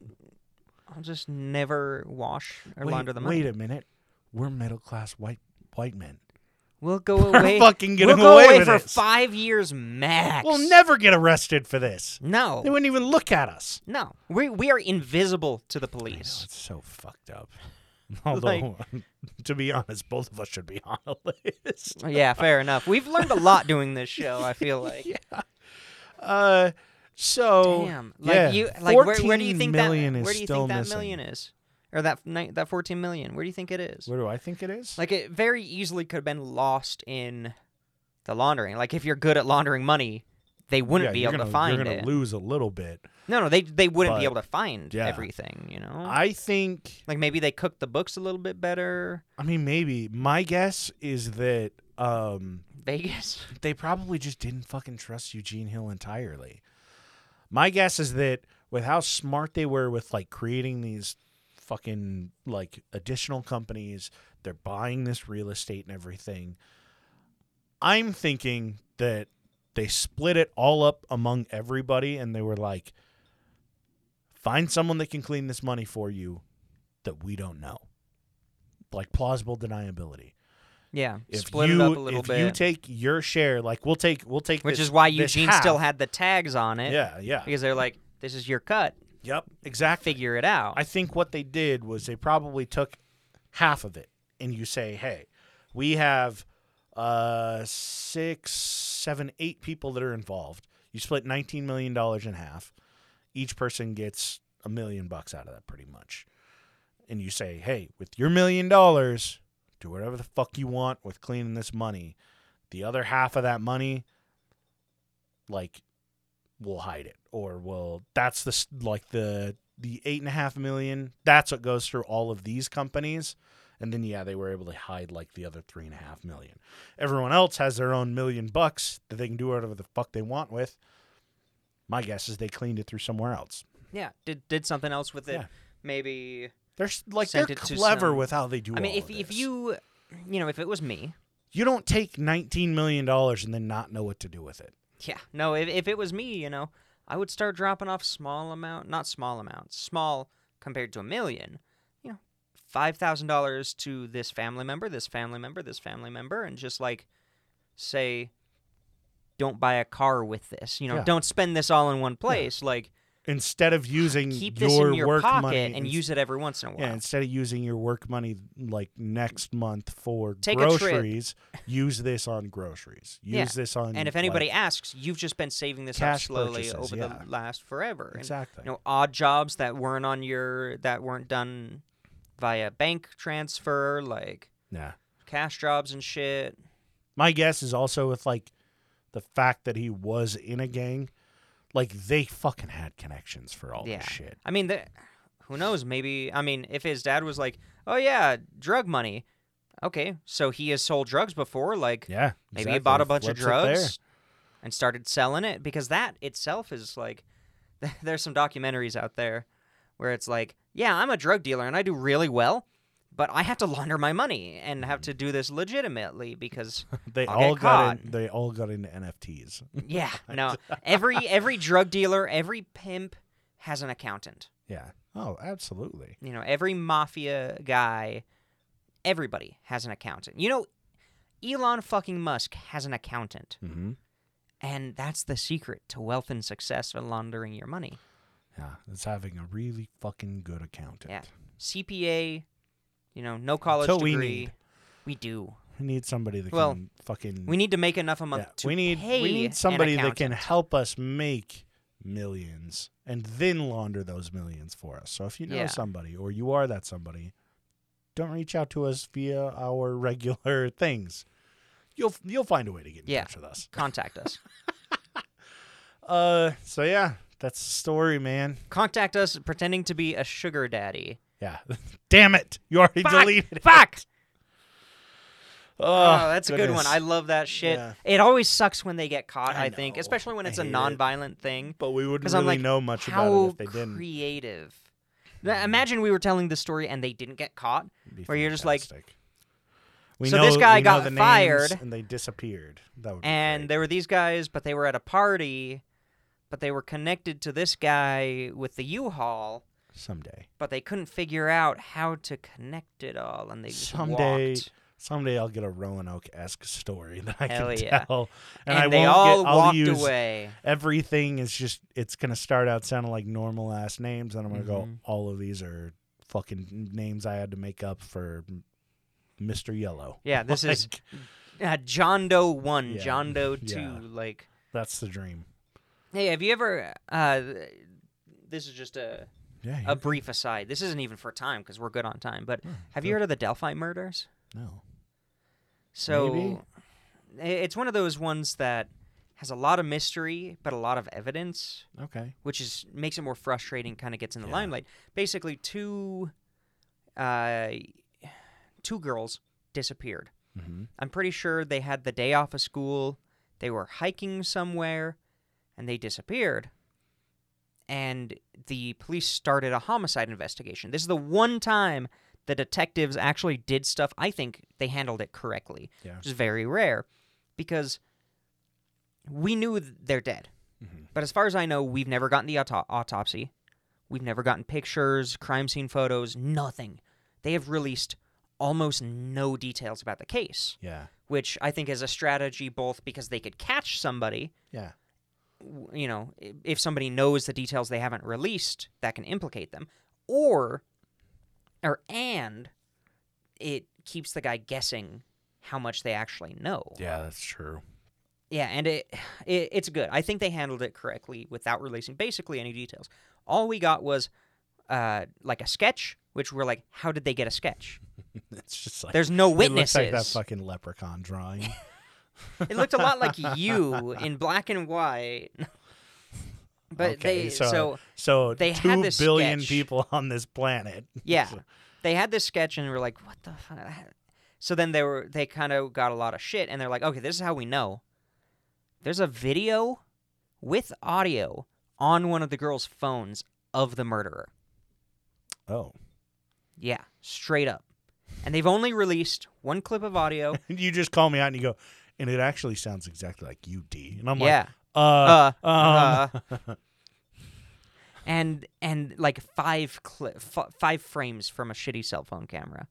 [SPEAKER 3] I'll just never wash or launder the money.
[SPEAKER 2] wait a minute. We're middle class white white men. <laughs>
[SPEAKER 3] We'll go away.
[SPEAKER 2] fucking getting
[SPEAKER 3] we'll go
[SPEAKER 2] away
[SPEAKER 3] away
[SPEAKER 2] with
[SPEAKER 3] for
[SPEAKER 2] this.
[SPEAKER 3] five years max.
[SPEAKER 2] We'll never get arrested for this.
[SPEAKER 3] No,
[SPEAKER 2] They wouldn't even look at us.
[SPEAKER 3] no. We we are invisible to the police.
[SPEAKER 2] It's so fucked up. <laughs> Although, <laughs> to be honest, both of us should be <laughs> on a
[SPEAKER 3] <laughs>
[SPEAKER 2] list.
[SPEAKER 3] Yeah, fair enough. We've learned a lot doing this show. I feel like.
[SPEAKER 2] Uh, so
[SPEAKER 3] Damn. Like
[SPEAKER 2] yeah,
[SPEAKER 3] you. Like where, where do
[SPEAKER 2] 14
[SPEAKER 3] you think that?
[SPEAKER 2] million is
[SPEAKER 3] Where do you
[SPEAKER 2] still
[SPEAKER 3] think that
[SPEAKER 2] missing.
[SPEAKER 3] million is? Or that ni- that fourteen million? Where do you think it is?
[SPEAKER 2] Where do I think it is?
[SPEAKER 3] Like it very easily could have been lost in the laundering. Like if you're good at laundering money, they wouldn't
[SPEAKER 2] Yeah,
[SPEAKER 3] be
[SPEAKER 2] you're
[SPEAKER 3] able
[SPEAKER 2] gonna-
[SPEAKER 3] to find
[SPEAKER 2] You're gonna
[SPEAKER 3] it.
[SPEAKER 2] lose a little bit.
[SPEAKER 3] no, no, they they wouldn't
[SPEAKER 2] But,
[SPEAKER 3] be able to find
[SPEAKER 2] yeah.
[SPEAKER 3] everything. You know.
[SPEAKER 2] I think
[SPEAKER 3] like maybe they cooked the books a little bit better.
[SPEAKER 2] I mean, maybe. My guess is that Um,
[SPEAKER 3] Vegas. <laughs>
[SPEAKER 2] they probably just didn't fucking trust Eugene Hill entirely. My guess is that with how smart they were with like creating these fucking like additional companies, they're buying this real estate and everything. I'm thinking that they split it all up among everybody and they were like find someone that can clean this money for you that we don't know. Like plausible deniability
[SPEAKER 3] Yeah,
[SPEAKER 2] if
[SPEAKER 3] split
[SPEAKER 2] you
[SPEAKER 3] it up a little
[SPEAKER 2] if
[SPEAKER 3] bit,
[SPEAKER 2] you take your share, like we'll take we'll take
[SPEAKER 3] which
[SPEAKER 2] this-
[SPEAKER 3] is why
[SPEAKER 2] this
[SPEAKER 3] Eugene still
[SPEAKER 2] half.
[SPEAKER 3] had the tags on it.
[SPEAKER 2] yeah yeah
[SPEAKER 3] because they're like, this is your cut.
[SPEAKER 2] yep exactly.
[SPEAKER 3] Figure it out.
[SPEAKER 2] I think what they did was they probably took half of it, and you say, hey, we have uh six seven eight people that are involved. You split nineteen million dollars in half. Each person gets a million bucks out of that, pretty much. And you say, hey, with your million dollars, do whatever the fuck you want with cleaning this money. the other half of that money like we'll hide it or we'll that's the s- like the the eight and a half million that's what goes through all of these companies and then yeah they were able to hide like the other three and a half million everyone else has their own million bucks that they can do whatever the fuck they want with my guess is they cleaned it through somewhere else
[SPEAKER 3] yeah, did did something else with it.
[SPEAKER 2] Yeah.
[SPEAKER 3] Maybe.
[SPEAKER 2] they're s- like
[SPEAKER 3] Sent
[SPEAKER 2] they're
[SPEAKER 3] it to
[SPEAKER 2] clever
[SPEAKER 3] some-
[SPEAKER 2] with how they do
[SPEAKER 3] I mean,
[SPEAKER 2] all
[SPEAKER 3] if
[SPEAKER 2] of
[SPEAKER 3] if
[SPEAKER 2] this.
[SPEAKER 3] you, you know, if it was me,
[SPEAKER 2] you don't take 19 million dollars and then not know what to do with it
[SPEAKER 3] Yeah. No, if, if it was me, you know, I would start dropping off small amount, not small amounts, small compared to a million. You know, $5,000 to this family member, this family member, this family member, and just like say, don't buy a car with this. You know,
[SPEAKER 2] Yeah.
[SPEAKER 3] don't spend this all in one place. Like,
[SPEAKER 2] instead of using
[SPEAKER 3] keep
[SPEAKER 2] your,
[SPEAKER 3] this in your
[SPEAKER 2] work
[SPEAKER 3] pocket
[SPEAKER 2] money
[SPEAKER 3] and
[SPEAKER 2] ins-
[SPEAKER 3] use it every once in a while.
[SPEAKER 2] Yeah, instead of using your work money like next month for
[SPEAKER 3] Take a trip.
[SPEAKER 2] groceries, use this on groceries. Use
[SPEAKER 3] Yeah.
[SPEAKER 2] this on
[SPEAKER 3] and if anybody
[SPEAKER 2] like,
[SPEAKER 3] asks, you've just been saving this up
[SPEAKER 2] cash
[SPEAKER 3] slowly
[SPEAKER 2] purchases,
[SPEAKER 3] over
[SPEAKER 2] yeah.
[SPEAKER 3] the last forever. And,
[SPEAKER 2] Exactly.
[SPEAKER 3] you know, odd jobs that weren't on your that weren't done via bank transfer, like
[SPEAKER 2] yeah.
[SPEAKER 3] cash jobs and shit.
[SPEAKER 2] My guess is also with like the fact that he was in a gang, like they fucking had connections for all
[SPEAKER 3] yeah.
[SPEAKER 2] this shit.
[SPEAKER 3] I mean, the, who knows? Maybe I mean, if his dad was like, "Oh yeah, drug money," okay, so he has sold drugs before, like
[SPEAKER 2] Yeah.
[SPEAKER 3] maybe
[SPEAKER 2] exactly.
[SPEAKER 3] he bought a bunch of
[SPEAKER 2] Flips it there.
[SPEAKER 3] drugs and started selling it because that itself is like, <laughs> there's some documentaries out there where it's like, yeah, I'm a drug dealer and I do really well. But I have to launder my money and
[SPEAKER 2] Mm.
[SPEAKER 3] have to do this legitimately because
[SPEAKER 2] <laughs> They
[SPEAKER 3] I'll
[SPEAKER 2] all
[SPEAKER 3] get
[SPEAKER 2] got in,
[SPEAKER 3] caught.
[SPEAKER 2] they all got into NFTs.
[SPEAKER 3] <laughs> Yeah,
[SPEAKER 2] <laughs>
[SPEAKER 3] no. Every every drug dealer, every pimp has an accountant.
[SPEAKER 2] yeah. Oh, absolutely.
[SPEAKER 3] You know, every mafia guy, everybody has an accountant. You know, Elon fucking Musk has an accountant,
[SPEAKER 2] Mm-hmm.
[SPEAKER 3] and that's the secret to wealth and success for laundering your money.
[SPEAKER 2] Yeah. It's having a really fucking good accountant.
[SPEAKER 3] Yeah. CPA, you know, no college
[SPEAKER 2] Until we
[SPEAKER 3] degree.
[SPEAKER 2] need.
[SPEAKER 3] We do.
[SPEAKER 2] We need somebody that
[SPEAKER 3] Well,
[SPEAKER 2] can fucking
[SPEAKER 3] We need to make enough a month
[SPEAKER 2] Yeah,
[SPEAKER 3] to
[SPEAKER 2] we need
[SPEAKER 3] pay
[SPEAKER 2] we
[SPEAKER 3] an
[SPEAKER 2] need somebody that can
[SPEAKER 3] accountant.
[SPEAKER 2] help us make millions and then launder those millions for us. So if you know
[SPEAKER 3] Yeah.
[SPEAKER 2] somebody or you are that somebody, don't reach out to us via our <laughs> regular things. You'll you'll find a way to get in
[SPEAKER 3] Yeah.
[SPEAKER 2] touch with us.
[SPEAKER 3] contact
[SPEAKER 2] <laughs>
[SPEAKER 3] us.
[SPEAKER 2] Uh, so yeah, that's the story, man.
[SPEAKER 3] Contact us pretending to be a sugar daddy.
[SPEAKER 2] Yeah, <laughs> damn it, you already
[SPEAKER 3] Fuck!
[SPEAKER 2] deleted. It.
[SPEAKER 3] Fuck!
[SPEAKER 2] <laughs> Oh,
[SPEAKER 3] Oh, that's a good one.
[SPEAKER 2] goodness.
[SPEAKER 3] I love that shit.
[SPEAKER 2] Yeah.
[SPEAKER 3] It always sucks when they get caught.
[SPEAKER 2] I
[SPEAKER 3] I, think,
[SPEAKER 2] know.
[SPEAKER 3] especially when
[SPEAKER 2] I
[SPEAKER 3] it's a
[SPEAKER 2] hate it.
[SPEAKER 3] non-violent thing.
[SPEAKER 2] but we wouldn't
[SPEAKER 3] Because
[SPEAKER 2] really
[SPEAKER 3] I'm like,
[SPEAKER 2] know much
[SPEAKER 3] how
[SPEAKER 2] about it if they didn't.
[SPEAKER 3] creative. Now, Imagine we were telling the story and they didn't get caught.
[SPEAKER 2] It'd be
[SPEAKER 3] where you're just like,
[SPEAKER 2] fantastic. we
[SPEAKER 3] "So this
[SPEAKER 2] know-
[SPEAKER 3] guy
[SPEAKER 2] we know
[SPEAKER 3] got
[SPEAKER 2] the names
[SPEAKER 3] fired,
[SPEAKER 2] and they disappeared. That would be
[SPEAKER 3] And
[SPEAKER 2] great.
[SPEAKER 3] there were these guys, but they were at a party, but they were connected to this guy with the U-Haul,
[SPEAKER 2] someday.
[SPEAKER 3] but they couldn't figure out how to connect it all, and they just
[SPEAKER 2] someday
[SPEAKER 3] walked.
[SPEAKER 2] someday I'll get a Roanoke esque story <laughs> that I
[SPEAKER 3] Hell
[SPEAKER 2] can
[SPEAKER 3] yeah.
[SPEAKER 2] tell.
[SPEAKER 3] And,
[SPEAKER 2] I
[SPEAKER 3] they
[SPEAKER 2] won't
[SPEAKER 3] all
[SPEAKER 2] get, I'll
[SPEAKER 3] walked
[SPEAKER 2] use-
[SPEAKER 3] away.
[SPEAKER 2] Everything is just it's gonna start out sounding like normal ass names, and I'm gonna go,
[SPEAKER 3] Mhm.
[SPEAKER 2] all of these are fucking names I had to make up for m- Mr. Yellow. <laughs>
[SPEAKER 3] Yeah, this is
[SPEAKER 2] Like,
[SPEAKER 3] uh, John Doe one,
[SPEAKER 2] Yeah.
[SPEAKER 3] John Doe two,
[SPEAKER 2] Yeah.
[SPEAKER 3] like.
[SPEAKER 2] that's the dream.
[SPEAKER 3] Hey, have you ever? Uh, this is just a
[SPEAKER 2] Yeah.
[SPEAKER 3] a
[SPEAKER 2] you-
[SPEAKER 3] brief aside. This isn't even for time because we're good on time. But
[SPEAKER 2] Yeah,
[SPEAKER 3] have you
[SPEAKER 2] go.
[SPEAKER 3] heard of the Delphi murders?
[SPEAKER 2] no.
[SPEAKER 3] So i- it's one of those ones that has a lot of mystery but a lot of evidence,
[SPEAKER 2] Okay.
[SPEAKER 3] which is makes it more frustrating. Kind of gets in the
[SPEAKER 2] Yeah.
[SPEAKER 3] limelight. Basically, two uh, two girls disappeared. I'm pretty sure they had the day off of school. They were hiking somewhere and they disappeared. And the police started a homicide investigation. This is the one time the detectives actually did stuff. I think they handled it correctly,
[SPEAKER 2] Yeah.
[SPEAKER 3] which is very rare because we knew th- they're dead. But as far as I know, we've never gotten the auto- autopsy. We've never gotten pictures, crime scene photos, nothing. They have released almost no details about the case,
[SPEAKER 2] Yeah.
[SPEAKER 3] which I think is a strategy both because they could catch somebody,
[SPEAKER 2] Yeah.
[SPEAKER 3] w- you know, i- if somebody knows the details they haven't released, that can implicate them, or or and it keeps the guy guessing how much they actually know.
[SPEAKER 2] Yeah, that's true. <laughs>
[SPEAKER 3] Yeah, and it, it it's good. I think they handled it correctly without releasing basically any details. All we got was uh, like a sketch, which we're like, how did they get
[SPEAKER 2] <laughs>
[SPEAKER 3] a sketch?
[SPEAKER 2] It's just like
[SPEAKER 3] There's no
[SPEAKER 2] It looks like that
[SPEAKER 3] witnesses.
[SPEAKER 2] fucking leprechaun drawing. <laughs>
[SPEAKER 3] It looked a lot like you in black and
[SPEAKER 2] <laughs>
[SPEAKER 3] white. But
[SPEAKER 2] Okay,
[SPEAKER 3] they
[SPEAKER 2] so,
[SPEAKER 3] so
[SPEAKER 2] so
[SPEAKER 3] they
[SPEAKER 2] two
[SPEAKER 3] had this
[SPEAKER 2] billion
[SPEAKER 3] sketch.
[SPEAKER 2] people on this planet. <laughs>
[SPEAKER 3] Yeah.
[SPEAKER 2] So-
[SPEAKER 3] They had this sketch and we were like, what the fuck? So then they were they kind of got a lot of shit and they're like, okay, this is how we know. There's a video with audio on one of the girls' phones of the murderer.
[SPEAKER 2] oh,
[SPEAKER 3] Yeah, straight up. And they've only released one clip of audio.
[SPEAKER 2] you just call me out and you go, and it actually sounds exactly like you, D. And <laughs> I'm
[SPEAKER 3] yeah.
[SPEAKER 2] like, uh,
[SPEAKER 3] Uh,
[SPEAKER 2] um,
[SPEAKER 3] uh. <laughs> and and like five cli- f- five frames from a shitty cell phone camera.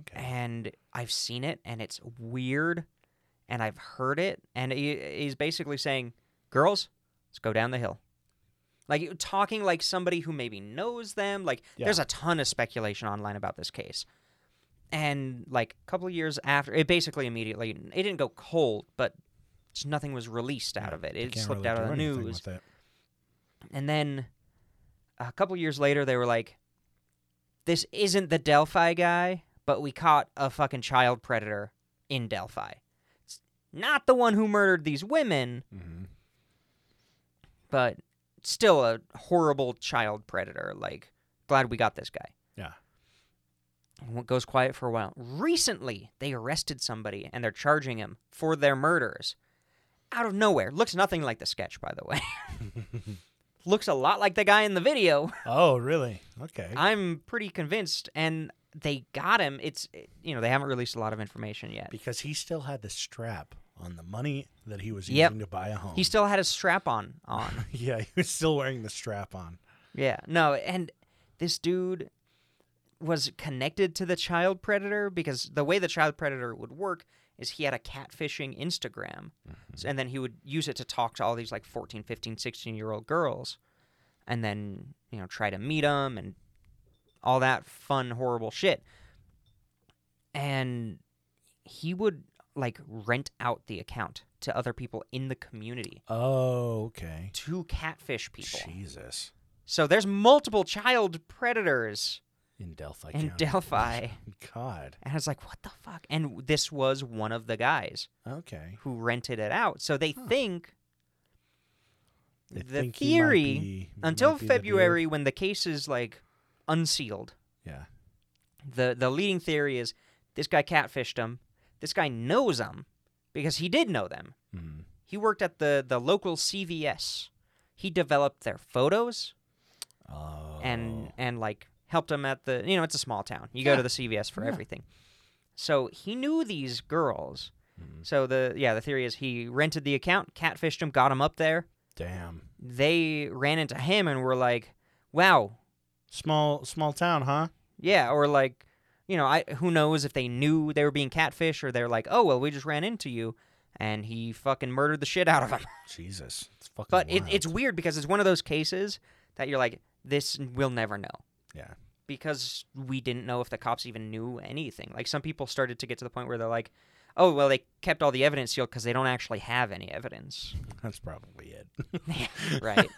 [SPEAKER 2] okay.
[SPEAKER 3] And I've seen it and it's weird and I've heard it and he, he's basically saying, "Girls, let's go down the hill." Like talking like somebody who maybe knows them. Like
[SPEAKER 2] Yeah.
[SPEAKER 3] there's a ton of speculation online about this case. and like a couple of years after it basically immediately it didn't go cold but just nothing was released out of it
[SPEAKER 2] You
[SPEAKER 3] it
[SPEAKER 2] can't
[SPEAKER 3] slipped
[SPEAKER 2] really
[SPEAKER 3] out
[SPEAKER 2] do
[SPEAKER 3] of the
[SPEAKER 2] anything
[SPEAKER 3] news
[SPEAKER 2] with it.
[SPEAKER 3] and then uh, a couple years later they were like this isn't the delphi guy but we caught a fucking child predator in delphi it's not the one who murdered these women but still a horrible child predator like glad we got this guy
[SPEAKER 2] Yeah.
[SPEAKER 3] and what goes quiet for a while. Recently, they arrested somebody and they're charging him for their murders. Out of nowhere. Looks nothing like the sketch, by the way. Looks a lot like the guy in the video.
[SPEAKER 2] Oh, really? Okay.
[SPEAKER 3] I'm pretty convinced. And they got him. It's, you know, they haven't released a lot of information yet.
[SPEAKER 2] because he still had the strap on the money that he was
[SPEAKER 3] Yep.
[SPEAKER 2] using to buy a home.
[SPEAKER 3] He still had his strap on. on.
[SPEAKER 2] <laughs> yeah, he was still wearing the strap on.
[SPEAKER 3] Yeah. No, and this dude was connected to the child predator because the way the child predator would work is he had a catfishing Instagram. S- And then he would use it to talk to all these like 14, 15, 16 year old girls and then, you know, try to meet them and all that fun, horrible shit. And he would like rent out the account to other people in the community
[SPEAKER 2] Oh, okay.
[SPEAKER 3] to catfish people.
[SPEAKER 2] Jesus.
[SPEAKER 3] So there's multiple child predators
[SPEAKER 2] In Delphi.
[SPEAKER 3] in
[SPEAKER 2] County.
[SPEAKER 3] Delphi.
[SPEAKER 2] <laughs> God.
[SPEAKER 3] And I was like, what the fuck? And this was one of the guys
[SPEAKER 2] Okay.
[SPEAKER 3] who rented it out. So they think
[SPEAKER 2] They
[SPEAKER 3] the
[SPEAKER 2] think he might
[SPEAKER 3] theory
[SPEAKER 2] be- might
[SPEAKER 3] until
[SPEAKER 2] be the dude.
[SPEAKER 3] February when the case is like unsealed.
[SPEAKER 2] Yeah.
[SPEAKER 3] The the leading theory is this guy catfished him. This guy knows them because he did know them.
[SPEAKER 2] Mhm.
[SPEAKER 3] He worked at the the local CVS. He developed their photos.
[SPEAKER 2] Oh.
[SPEAKER 3] and and like helped him at the you know it's a small town you go to the cvs for everything so he knew these girls so the yeah the theory is he rented the account catfished him got him up there
[SPEAKER 2] damn.
[SPEAKER 3] they ran into him and were like wow
[SPEAKER 2] Small small town, huh?
[SPEAKER 3] yeah or like you know i who knows if they knew they were being catfished or they're like oh well we just ran into you and he fucking murdered the shit out of him <laughs>
[SPEAKER 2] Jesus. It's fucking
[SPEAKER 3] but it,
[SPEAKER 2] wild.
[SPEAKER 3] it's weird because it's one of those cases that you're like this we'll never know
[SPEAKER 2] Yeah.
[SPEAKER 3] because we didn't know if the cops even knew anything. Like some people started to get to the point where they're like, "Oh, well, they kept all the evidence sealed because they don't actually have any
[SPEAKER 2] <laughs>
[SPEAKER 3] evidence." <laughs>
[SPEAKER 2] That's probably <laughs> it.
[SPEAKER 3] right.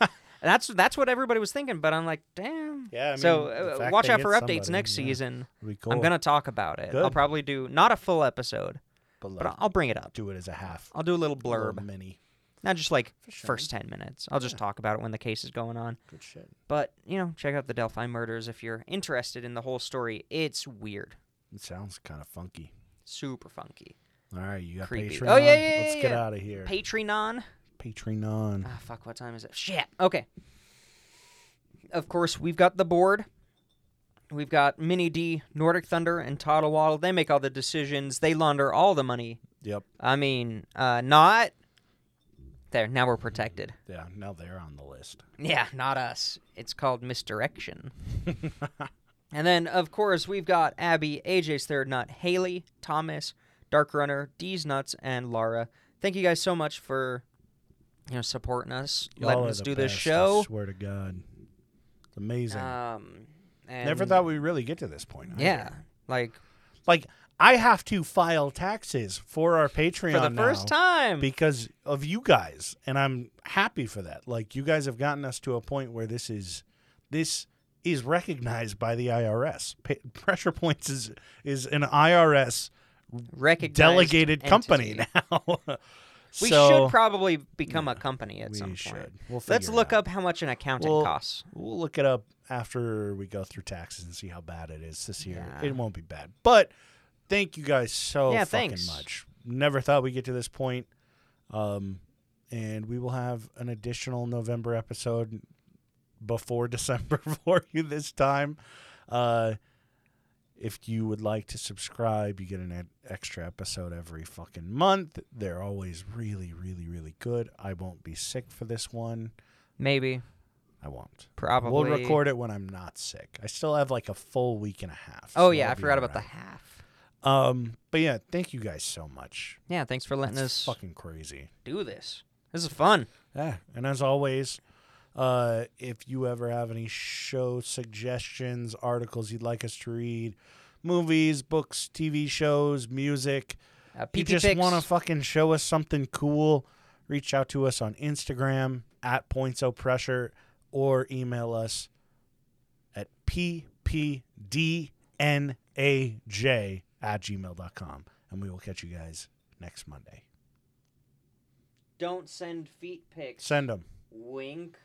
[SPEAKER 3] That's that's what everybody was thinking, but I'm like, "Damn."
[SPEAKER 2] Yeah, I
[SPEAKER 3] so
[SPEAKER 2] mean, the
[SPEAKER 3] uh,
[SPEAKER 2] fact
[SPEAKER 3] watch
[SPEAKER 2] they
[SPEAKER 3] out
[SPEAKER 2] hit
[SPEAKER 3] for updates
[SPEAKER 2] somebody,
[SPEAKER 3] next
[SPEAKER 2] yeah.
[SPEAKER 3] season.
[SPEAKER 2] It'd be cool.
[SPEAKER 3] I'm gonna talk about it. I'll
[SPEAKER 2] Good.
[SPEAKER 3] probably do not a full episode, but I'll, I'll bring it up.
[SPEAKER 2] do it as a half.
[SPEAKER 3] I'll do a little
[SPEAKER 2] little
[SPEAKER 3] blurb,
[SPEAKER 2] mini.
[SPEAKER 3] not just like
[SPEAKER 2] sure.
[SPEAKER 3] first ten minutes. I'll just talk about it when the case is going on.
[SPEAKER 2] Good shit.
[SPEAKER 3] But you know, check out the Delphi murders if you're interested in the whole story. It's weird.
[SPEAKER 2] It sounds kind of funky.
[SPEAKER 3] Super funky.
[SPEAKER 2] All right, you got
[SPEAKER 3] Creepy.
[SPEAKER 2] Patreon.
[SPEAKER 3] Oh, yeah, yeah,
[SPEAKER 2] Let's
[SPEAKER 3] yeah,
[SPEAKER 2] get
[SPEAKER 3] yeah.
[SPEAKER 2] out of here.
[SPEAKER 3] Patreon.
[SPEAKER 2] Patreon.
[SPEAKER 3] Ah, fuck, what time is it? Shit. Okay. Of course, we've got the board. We've got Mini D, Nordic Thunder, and Toddle Waddle. They make all the decisions. They launder all the money.
[SPEAKER 2] Yep.
[SPEAKER 3] I mean, uh, not. There, now we're protected.
[SPEAKER 2] Yeah. Now they're on the list.
[SPEAKER 3] Yeah, not us. It's
[SPEAKER 2] <laughs>
[SPEAKER 3] called misdirection. and then, of course, we've got Abby, AJ's third nut, Haley, Thomas, Dark Runner, D's nuts, and Lara. Thank you guys so much for, you know, supporting us, letting
[SPEAKER 2] Y'all are
[SPEAKER 3] us
[SPEAKER 2] the
[SPEAKER 3] do this
[SPEAKER 2] best, I
[SPEAKER 3] show.
[SPEAKER 2] swear to God, it's amazing.
[SPEAKER 3] Um, and
[SPEAKER 2] Never thought we'd really get to this point. either.
[SPEAKER 3] Yeah, like
[SPEAKER 2] Like I have to file taxes for our Patreon
[SPEAKER 3] for the
[SPEAKER 2] now
[SPEAKER 3] first time.
[SPEAKER 2] because of you guys, and I'm happy for that. Like you guys have gotten us to a point where this is this is recognized by the IRS. Pa- Pressure Points is is an IRS
[SPEAKER 3] recognized
[SPEAKER 2] delegated company
[SPEAKER 3] entity.
[SPEAKER 2] <laughs> now.
[SPEAKER 3] We
[SPEAKER 2] <laughs> So-
[SPEAKER 3] should probably become a company at
[SPEAKER 2] we
[SPEAKER 3] some point.
[SPEAKER 2] should. We'll
[SPEAKER 3] Let's
[SPEAKER 2] figure it
[SPEAKER 3] look
[SPEAKER 2] out.
[SPEAKER 3] up how much an accountant
[SPEAKER 2] Well,
[SPEAKER 3] costs.
[SPEAKER 2] We'll look it up after we go through taxes and see how bad it is this year.
[SPEAKER 3] Yeah.
[SPEAKER 2] It won't be bad. But thank you guys so
[SPEAKER 3] Yeah,
[SPEAKER 2] fucking
[SPEAKER 3] thanks.
[SPEAKER 2] much. Never thought we'd get to this point. Um, and we will have an additional November episode before <laughs> December for you this time. Uh, if you would like to subscribe, you get an ed- extra episode every fucking month. They're always really, really, really good. I won't be sick for this one.
[SPEAKER 3] Maybe,
[SPEAKER 2] I won't.
[SPEAKER 3] probably.
[SPEAKER 2] We'll record it when I'm not sick. I still have like a full week and a half.
[SPEAKER 3] Oh
[SPEAKER 2] so
[SPEAKER 3] yeah, I
[SPEAKER 2] it'll be
[SPEAKER 3] forgot
[SPEAKER 2] all
[SPEAKER 3] about the
[SPEAKER 2] right.
[SPEAKER 3] half.
[SPEAKER 2] Um, but yeah, thank you guys so much.
[SPEAKER 3] Yeah, thanks for letting
[SPEAKER 2] That's
[SPEAKER 3] us
[SPEAKER 2] fucking crazy.
[SPEAKER 3] do this. This is fun.
[SPEAKER 2] Yeah, and as always, uh, if you ever have any show suggestions, articles you'd like us to read, movies, books, TV shows, music,
[SPEAKER 3] Uh,
[SPEAKER 2] you
[SPEAKER 3] PP
[SPEAKER 2] just
[SPEAKER 3] picks.
[SPEAKER 2] want to fucking show us something cool, reach out to us on Instagram at Pointso Pressure or email us at ppdnaj at gmail.com. And we will catch you guys next Monday.
[SPEAKER 3] Don't send feet pics.
[SPEAKER 2] Send them.
[SPEAKER 3] Wink.